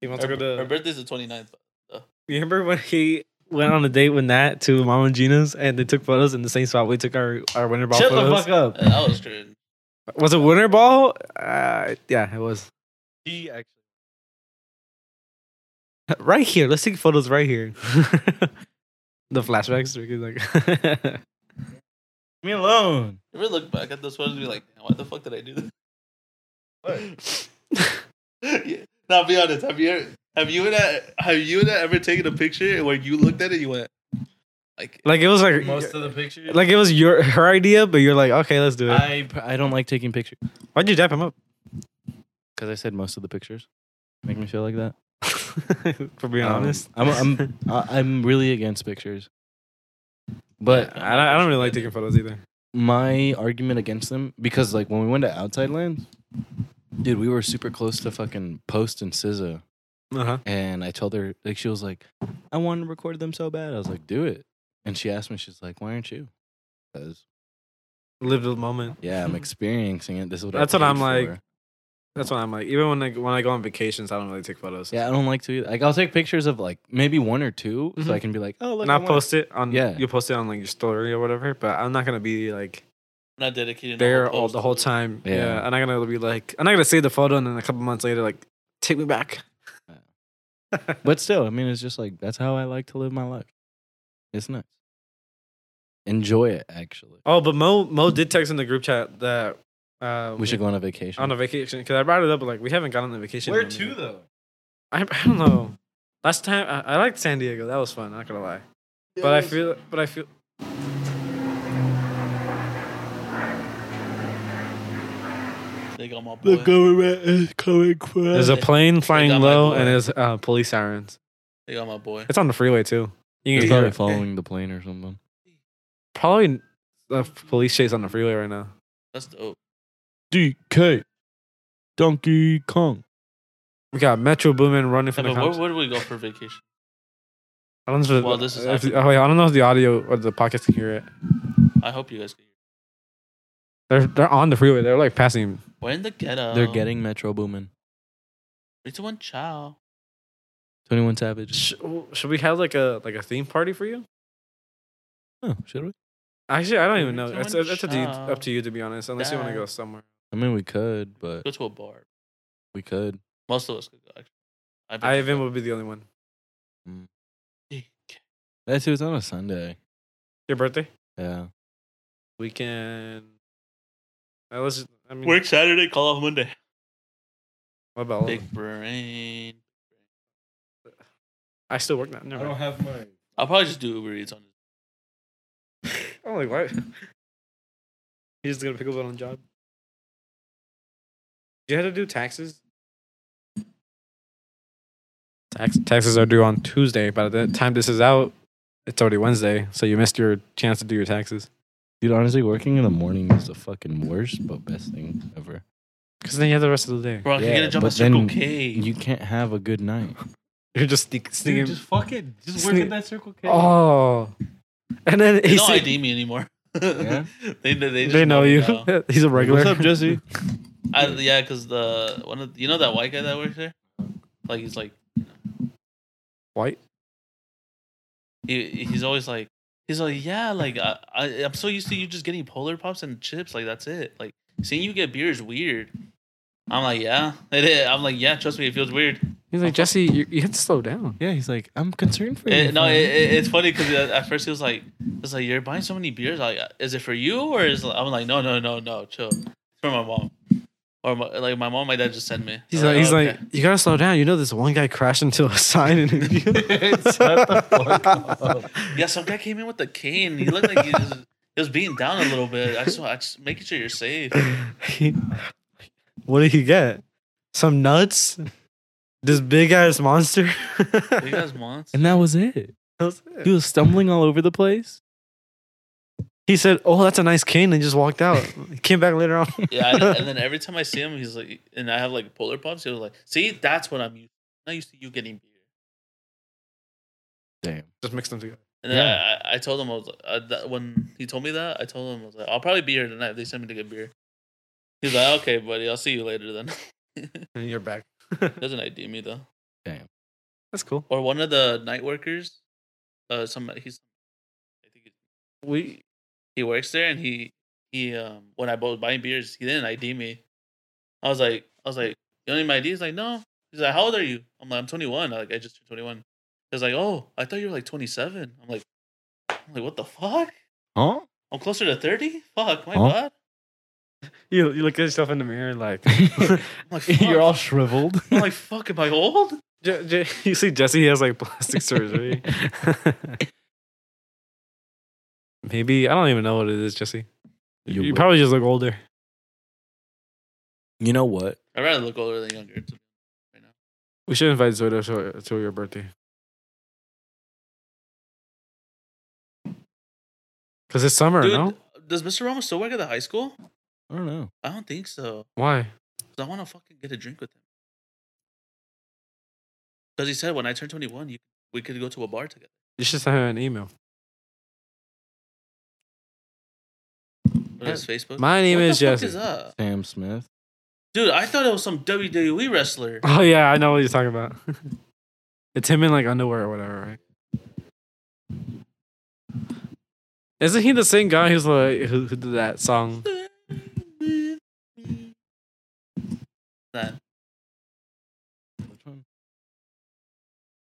he wants Her, to go her to. birthday's the 29th. You remember when he went on a date with Nat to Mama Gina's and they took photos in the same spot we took our, our winter ball Shut the photos? fuck up. Uh, That was true. Was it winter ball? Uh, yeah, it was. He actually. [laughs] Right here. Let's take photos right here. [laughs] the flashbacks. we could, Like [laughs] Leave me alone. You ever look back at those photos and be like, "Damn, why the fuck did I do this? [laughs] yeah. Now be honest. Have you ever, have you and I, have you and I ever taken a picture where you looked at it and you went like like it was like Most of the pictures. [laughs] like it was your her idea, but you're like, okay, let's do it. I I don't like taking pictures Why'd you dap him up? [laughs] because I said most of the pictures make me feel like that. For being Um, honest. I'm [laughs] I'm I- I'm really against pictures. But I don't, I don't really like taking photos either. my argument against them because like when we went to outside lands, dude, we were super close to fucking Post and SZA. Uh huh. And I told her, like, she was like, I want to record them so bad. I was like, do it. And she asked me, she's like, why aren't you? Because, Live the moment. yeah, [laughs] I'm experiencing it. This is what I That's what paid I'm like- for." That's what I'm like. Even when I when I go on vacations, I don't really take photos. Yeah, I don't like to either. Like, I'll take pictures of like maybe one or 2 so I Mhm. can be like, oh, look. and I'll I post it on Yeah. you'll post it on like your story or whatever, but I'm not gonna be like I'm not dedicated there all the whole time. Yeah. Yeah. I'm not gonna be like I'm not gonna save the photo and then a couple months later like take me back. But still, I mean, it's just like, that's how I like to live my life. It's nice. Enjoy it, actually. [laughs] Oh, but Mo Mo did text in the group chat that uh, We should go on a vacation. on a vacation because I brought it up. But like we haven't gone on a vacation. Where in a to minute. though? I, I don't know. Last time I, I liked San Diego. That was fun. Not gonna lie. but I feel. But I feel. They got my The boy. government is coming for There's us. a plane flying got my low boy. and there's uh, police sirens. They got my boy. It's on the freeway too. They're You can hear probably it. following the plane or something. Probably a police chase on the freeway right now. That's dope. DK. Donkey Kong. We got Metro Boomin running Yeah, from but the where cops. where do we go for vacation? I don't know if, Well, this is if- oh, wait, I don't know if the audio or the podcast can hear it. I hope you guys can. They're they're on the freeway. They're like passing We're in the ghetto. Um, They're getting Metro Boomin. Three, two, one, ciao. 21 Savage. Sh- should we have like a like a theme party for you? Oh, should we? Actually, I don't even know. Someone That's that's a d- shall up to you to be honest. Unless you want to die. go somewhere. I mean, we could, but Go to a bar. we could. Most of us could go. Actually, I've been- Ivan would be the only one. [laughs] That's it was on a Sunday. Your birthday? Yeah. We can. Uh, let's. I mean, Work Saturday, call off Monday. What about? Big brain. I still work now. Never. I don't mind. have my. I'll probably just do Uber Eats on. I'm like, why? [laughs] He's just gonna pick up on a job. Do you have to do taxes? Tax taxes are due on Tuesday. By the time this is out, it's already Wednesday, so you missed your chance to do your taxes. Dude, honestly, working in the morning is the fucking worst but best thing ever. Because then you have the rest of the day. Bro, I can get a Yeah, job but at Circle then K. You can't have a good night. [laughs] You're just sneak, sneaking. fuck it. Just work at that Circle K. oh, and then they he's, don't ID me anymore. Yeah? [laughs] they, they, they, just they know [laughs] you. now. he's a regular. What's up, Jesse? I, yeah, because the one of you know that white guy that works there, like he's like White. he he's always like he's like yeah like I, I I'm so used to you just getting polar pops and chips like that's it like seeing you get beer is weird. I'm like yeah it is. I'm like yeah trust me it feels weird. He's like Jesse. You, you have to slow down. [laughs] yeah, he's like, I'm concerned for you. It- Eh, no, friend." it, it, it's funny because at, at first he was like, "It's like you're buying so many beers. Like, is it for you or is?" I'm like, "No, no, no, no, chill. It's for my mom, or my, like my mom, my dad just sent me." He's I'm like, he's Oh, "Okay." like, you gotta slow down. You know, this one guy crashed into a [laughs] sign and Shut eh, [laughs] the fuck up. "Yeah, some guy came in with a cane. He looked like he was, he was beaten down a little bit. I just, I just making sure you're safe." what did he get? Some nuts? This big ass monster? You [laughs] guys months. [laughs] And that was it. That was He it. was stumbling all over the place. He said, "Oh, that's a nice cane," and just walked out. he came back later on. Yeah, and, and then every time I see him, he's like, and I have like polar pops. He was like, "See, that's what I'm used. I'm not used to you getting beer." Damn. [laughs] Just mix them together. And then I I, I told him I was like, uh, that, when he told me that I told him I was like, I'll probably be here tonight. if They sent me to get beer. He's like, okay, buddy, I'll see you later then. [laughs] And you're [laughs] back. Doesn't ID me though. That's cool. Or one of the night workers, uh, some he's, I think it- We he works there, and he he um when I was buying beers, he didn't ID me. I was like, I was like, you don't need my ID? He's like, no. He's like, how old are you? I'm like, I'm 21. I like, I just turned 21. He's like, oh, I thought you were like 27. I'm like, I'm like, what the fuck? [laughs] Huh? I'm closer to 30? Fuck, my Huh? god. you, you look at yourself in the mirror [laughs] like I'm [laughs] like, fuck. You're all shriveled. I'm like, fuck, am I old? Je- Je- you see Jesse has like plastic [laughs] surgery. Maybe I don't even know what it is, Jesse. You, You would. probably just look older. You know what? I'd rather look older than younger. to- Right now. We should invite Zoido to, to your birthday. Cause it's summer, Dude, no? does Mr. Ramos still work at the high school? I don't know. I don't think so. Why? 'Cause I want to fucking get a drink with him. Because he said when I turn 21, you, we could go to a bar together. You should send him an email. What is this, Facebook? My name What is the fuck Jesse. is up? Sam Smith. Dude, I thought it was some WWE [laughs] wrestler. [laughs] Oh yeah, I know what you're talking about. [laughs] it's him in like underwear or whatever, right? Isn't he the same guy who's like who, who did that song? That. Which one?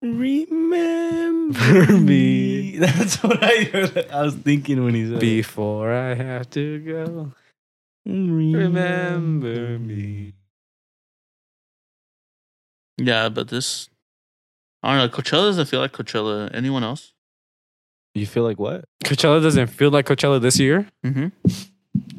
Remember me. me. [laughs] That's what I heard. I was thinking when he said it. Before I have to go, remember me. Yeah, but this. I don't know. Coachella doesn't feel like Coachella. Anyone else? You feel like what? Coachella doesn't feel like Coachella this year. Mm-hmm. Yeah,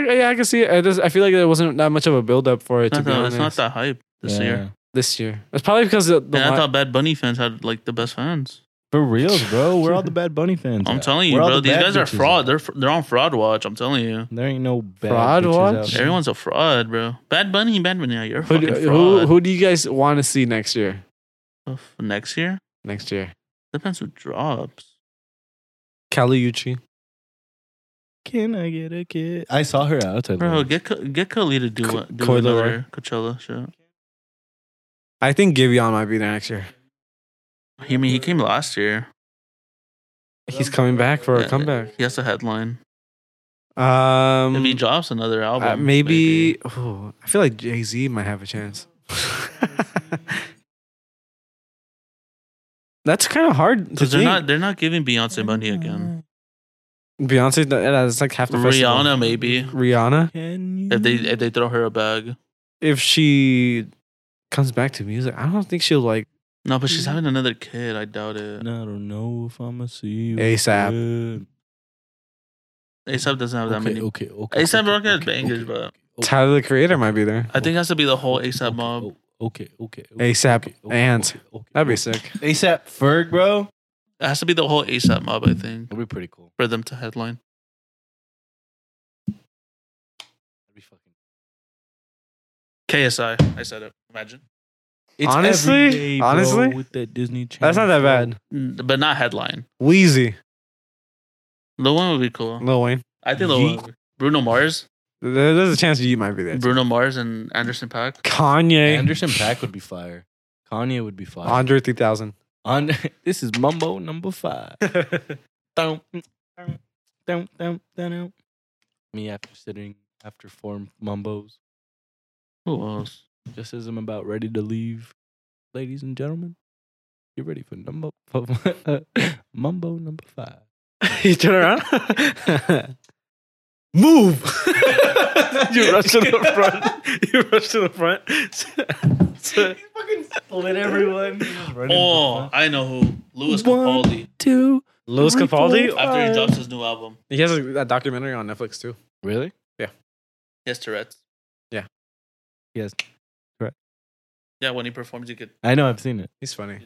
I- yeah, I can see. It. I, just, I feel like there wasn't that much of a build up for it. It's, to not be that, honest, it's not that hype this Yeah. year. this year. It's probably because the, the And I li- thought Bad Bunny fans had like the best fans. For reals, bro. [laughs] We're all the Bad Bunny fans. I'm at. telling you, Where all bro. the These bad guys are bitches fraud. at. They're fr- they're on fraud watch. I'm telling you. There ain't no bad Fraud bitches watch? out there. Everyone's a fraud, bro. Bad Bunny, Bad Bunny, you're a who, fucking do, who, fraud. who do you guys want to see next year? Oof, Next year Next year, depends who drops. Kali Uchii. Can I get a kid? I saw her outside. Bro, Bro, get Ka- get Kali to do, Ko- one- do Koi Leroy. another Coachella show. I think Giveon might be there next year. I mean, he came last year. He's coming back for Yeah, a comeback. He has a headline. Um, if he drops another album, uh, maybe. Oh, I feel like Jay Z might have a chance. [laughs] That's kind of hard to because they're think. not they're not giving Beyonce money again. Beyonce. that- That's like half the festival. Rihanna maybe Rihanna. can you? if they if they throw her a bag. If she comes back to music, I don't think she'll like No, but she's having another kid. I doubt it. I don't know if I'ma see you ASAP. again. ASAP doesn't have that Okay, many. okay, okay. A$AP okay, Rocky has okay, bangers, okay, but okay, okay, Tyler the Creator might be there. I think it has to be the whole okay, ASAP okay, mob. oh, Okay, okay. ASAP and- That'd be sick. ASAP Ferg, bro. It has to be the whole ASAP mob. I think That'd be pretty cool. for them to headline. That'd be fucking. KSI. I said it. Imagine, It's Honestly? every day, bro, Honestly? with that Disney Channel. That's not that bad. Mm, but not headline. Wheezy, The one would be cool. Lil Wayne. I think the one. Bruno Mars, There- There's a chance you might be there. Bruno Mars, and Anderson Paak. Kanye, Anderson Pack would be fire. Kanye would be fire. Andre 3000. On [laughs] this is Mumbo number [laughs] five. Dum, dum, dum, dum, dum. Me after sitting after four mumbos, Who else? just as I'm about ready to leave, ladies and gentlemen, get ready for number [laughs] mumbo number five. [laughs] you turn around. [laughs] Move. [laughs] you rush to the front. You rush to the front. [laughs] Split everyone. Oh, I know who. Louis Capaldi. Two. Louis Three, four, Capaldi. five. After he drops his new album, He has a, a documentary on Netflix too. Really? he has Tourette's. Yes. Yeah, when he performs, you could. I know. I've seen it. He's funny.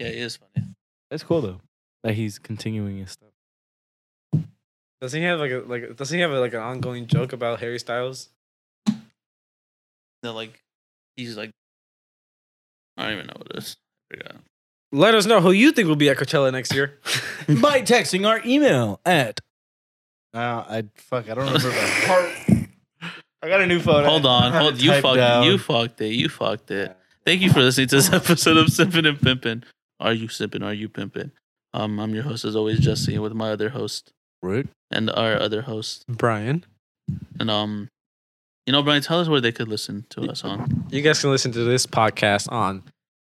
Yeah, he is funny. That's [laughs] cool though. That he's continuing his stuff. Doesn't he have like a like? Doesn't he have like an ongoing joke about Harry Styles? They're like, he's like, I don't even know what it is. I forgot. Let us know who you think will be at Coachella next [laughs] year. By texting our email at. Uh, I fuck. I don't remember. my [laughs] heart. I got a new phone. Hold on, hold. You fucked. You fucked it. You fucked it. Thank you for listening to this [laughs] episode of Sippin' and Pimpin'. Are you sippin'? Are you pimpin'? Um, I'm your host as always, Jesse, with my other host Rick. and our other host. Brian, And um, you know, Brian, tell us where they could listen to us on. you guys can listen to this podcast on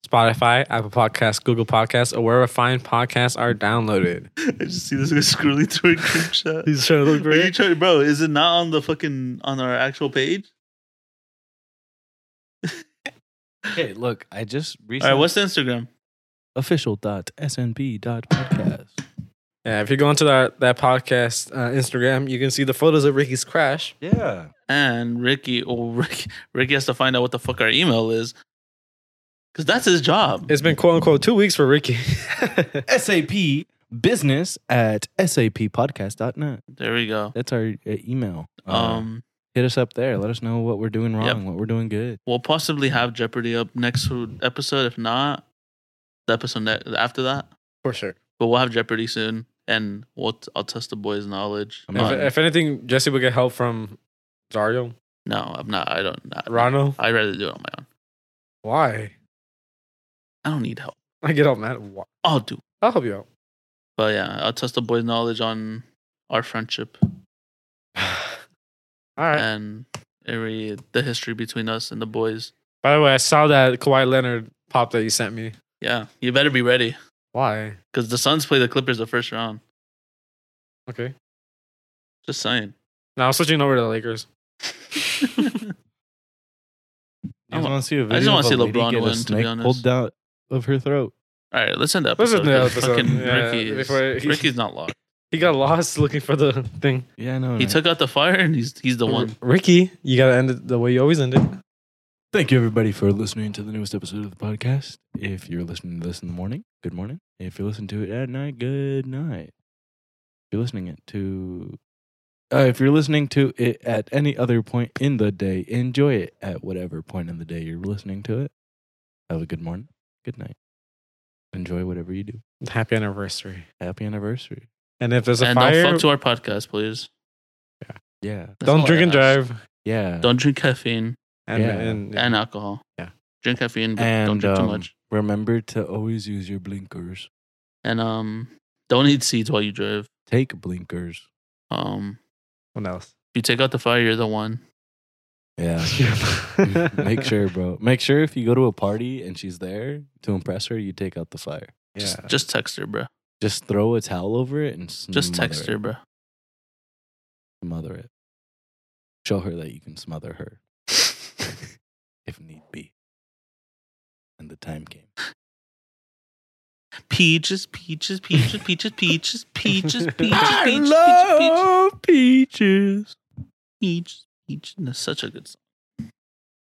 Spotify, Apple Podcasts, Google Podcasts, or wherever fine podcasts are downloaded. [laughs] I just see this guy scrolling through a [laughs] group chat. He's trying to look Are you trying, bro? Is it not on the fucking on our actual page? Okay, look. I just All recently. right, what's the Instagram? official dot snp dot podcast. Yeah, if you go into that that podcast uh, Instagram, you can see the photos of Ricky's crash. Yeah. And Ricky, oh [laughs] Ricky, Ricky has to find out what the fuck our email is, because that's his job. It's been quote unquote two weeks for Ricky. [laughs] SAP business at sappodcast.net. There we go. That's our uh, email. Uh, Um, hit us up there. Let us know what we're doing wrong, Yep. what we're doing good. we'll possibly have Jeopardy up next episode. If not, the episode ne- after that. for sure. But we'll have Jeopardy soon, and we'll t- I'll test the boys' knowledge. I'm If, not- on- if anything, Jesse would get help from Dario, no, I'm not. I don't. Not, Rano. I'd rather do it on my own. Why? I don't need help. I get all mad. Why? I'll do. it. I'll help you out. [sighs] But yeah, I'll test the boys' knowledge on our friendship. All right. and every the history between us and the boys. By the way, I saw that Kawhi Leonard pop that you sent me. Yeah, you better be ready Why? because the Suns play the Clippers the first round. Okay. Just saying. [laughs] Now I'm switching over to the Lakers. I wa- to see a I just wanna of a see lady LeBron get a win, to be snake honest. Pulled out of her throat. All right, listen to Listen episode. to the 'cause episode, Fucking yeah, Ricky is- before he- Ricky's not locked. He got lost looking for the thing. Yeah, I know. He right? took out the fire and he's he's the one. Ricky, you gotta end it the way you always end it. Thank you, everybody, for listening to the newest episode of the podcast. If you're listening to this in the morning, good morning. If you're listening to it at night, good night. If you're listening it to, uh, if you're listening to it at any other point in the day, enjoy it at whatever point in the day you're listening to it. Have a good morning, good night. Enjoy whatever you do. Happy anniversary. Happy anniversary. And if there's a And uh, fire, don't fuck to our podcast, please. Yeah. Don't drink and all I ask. drive. Yeah. Don't drink caffeine And, Yeah. and, and uh, alcohol. Yeah. Drink caffeine, but and don't drink too um, much. Remember to always use your blinkers. And um, don't eat seeds while you drive. Take blinkers. Um, what else? if you take out the fire, you're the one. [laughs] Yeah. [laughs] [laughs] Make sure, bro. Make sure if you go to a party and she's there to impress her, you take out the fire. Just, Yeah. just text her, bro. Just throw a towel over it and smother Just text her, it. bro. Smother it. Show her that you can smother [laughs] her if need be. And the time came. Peaches, peaches, peaches, peaches, peaches, [laughs] peaches, peaches, I peaches, peaches, love peaches. peaches, peaches. That's such a good song.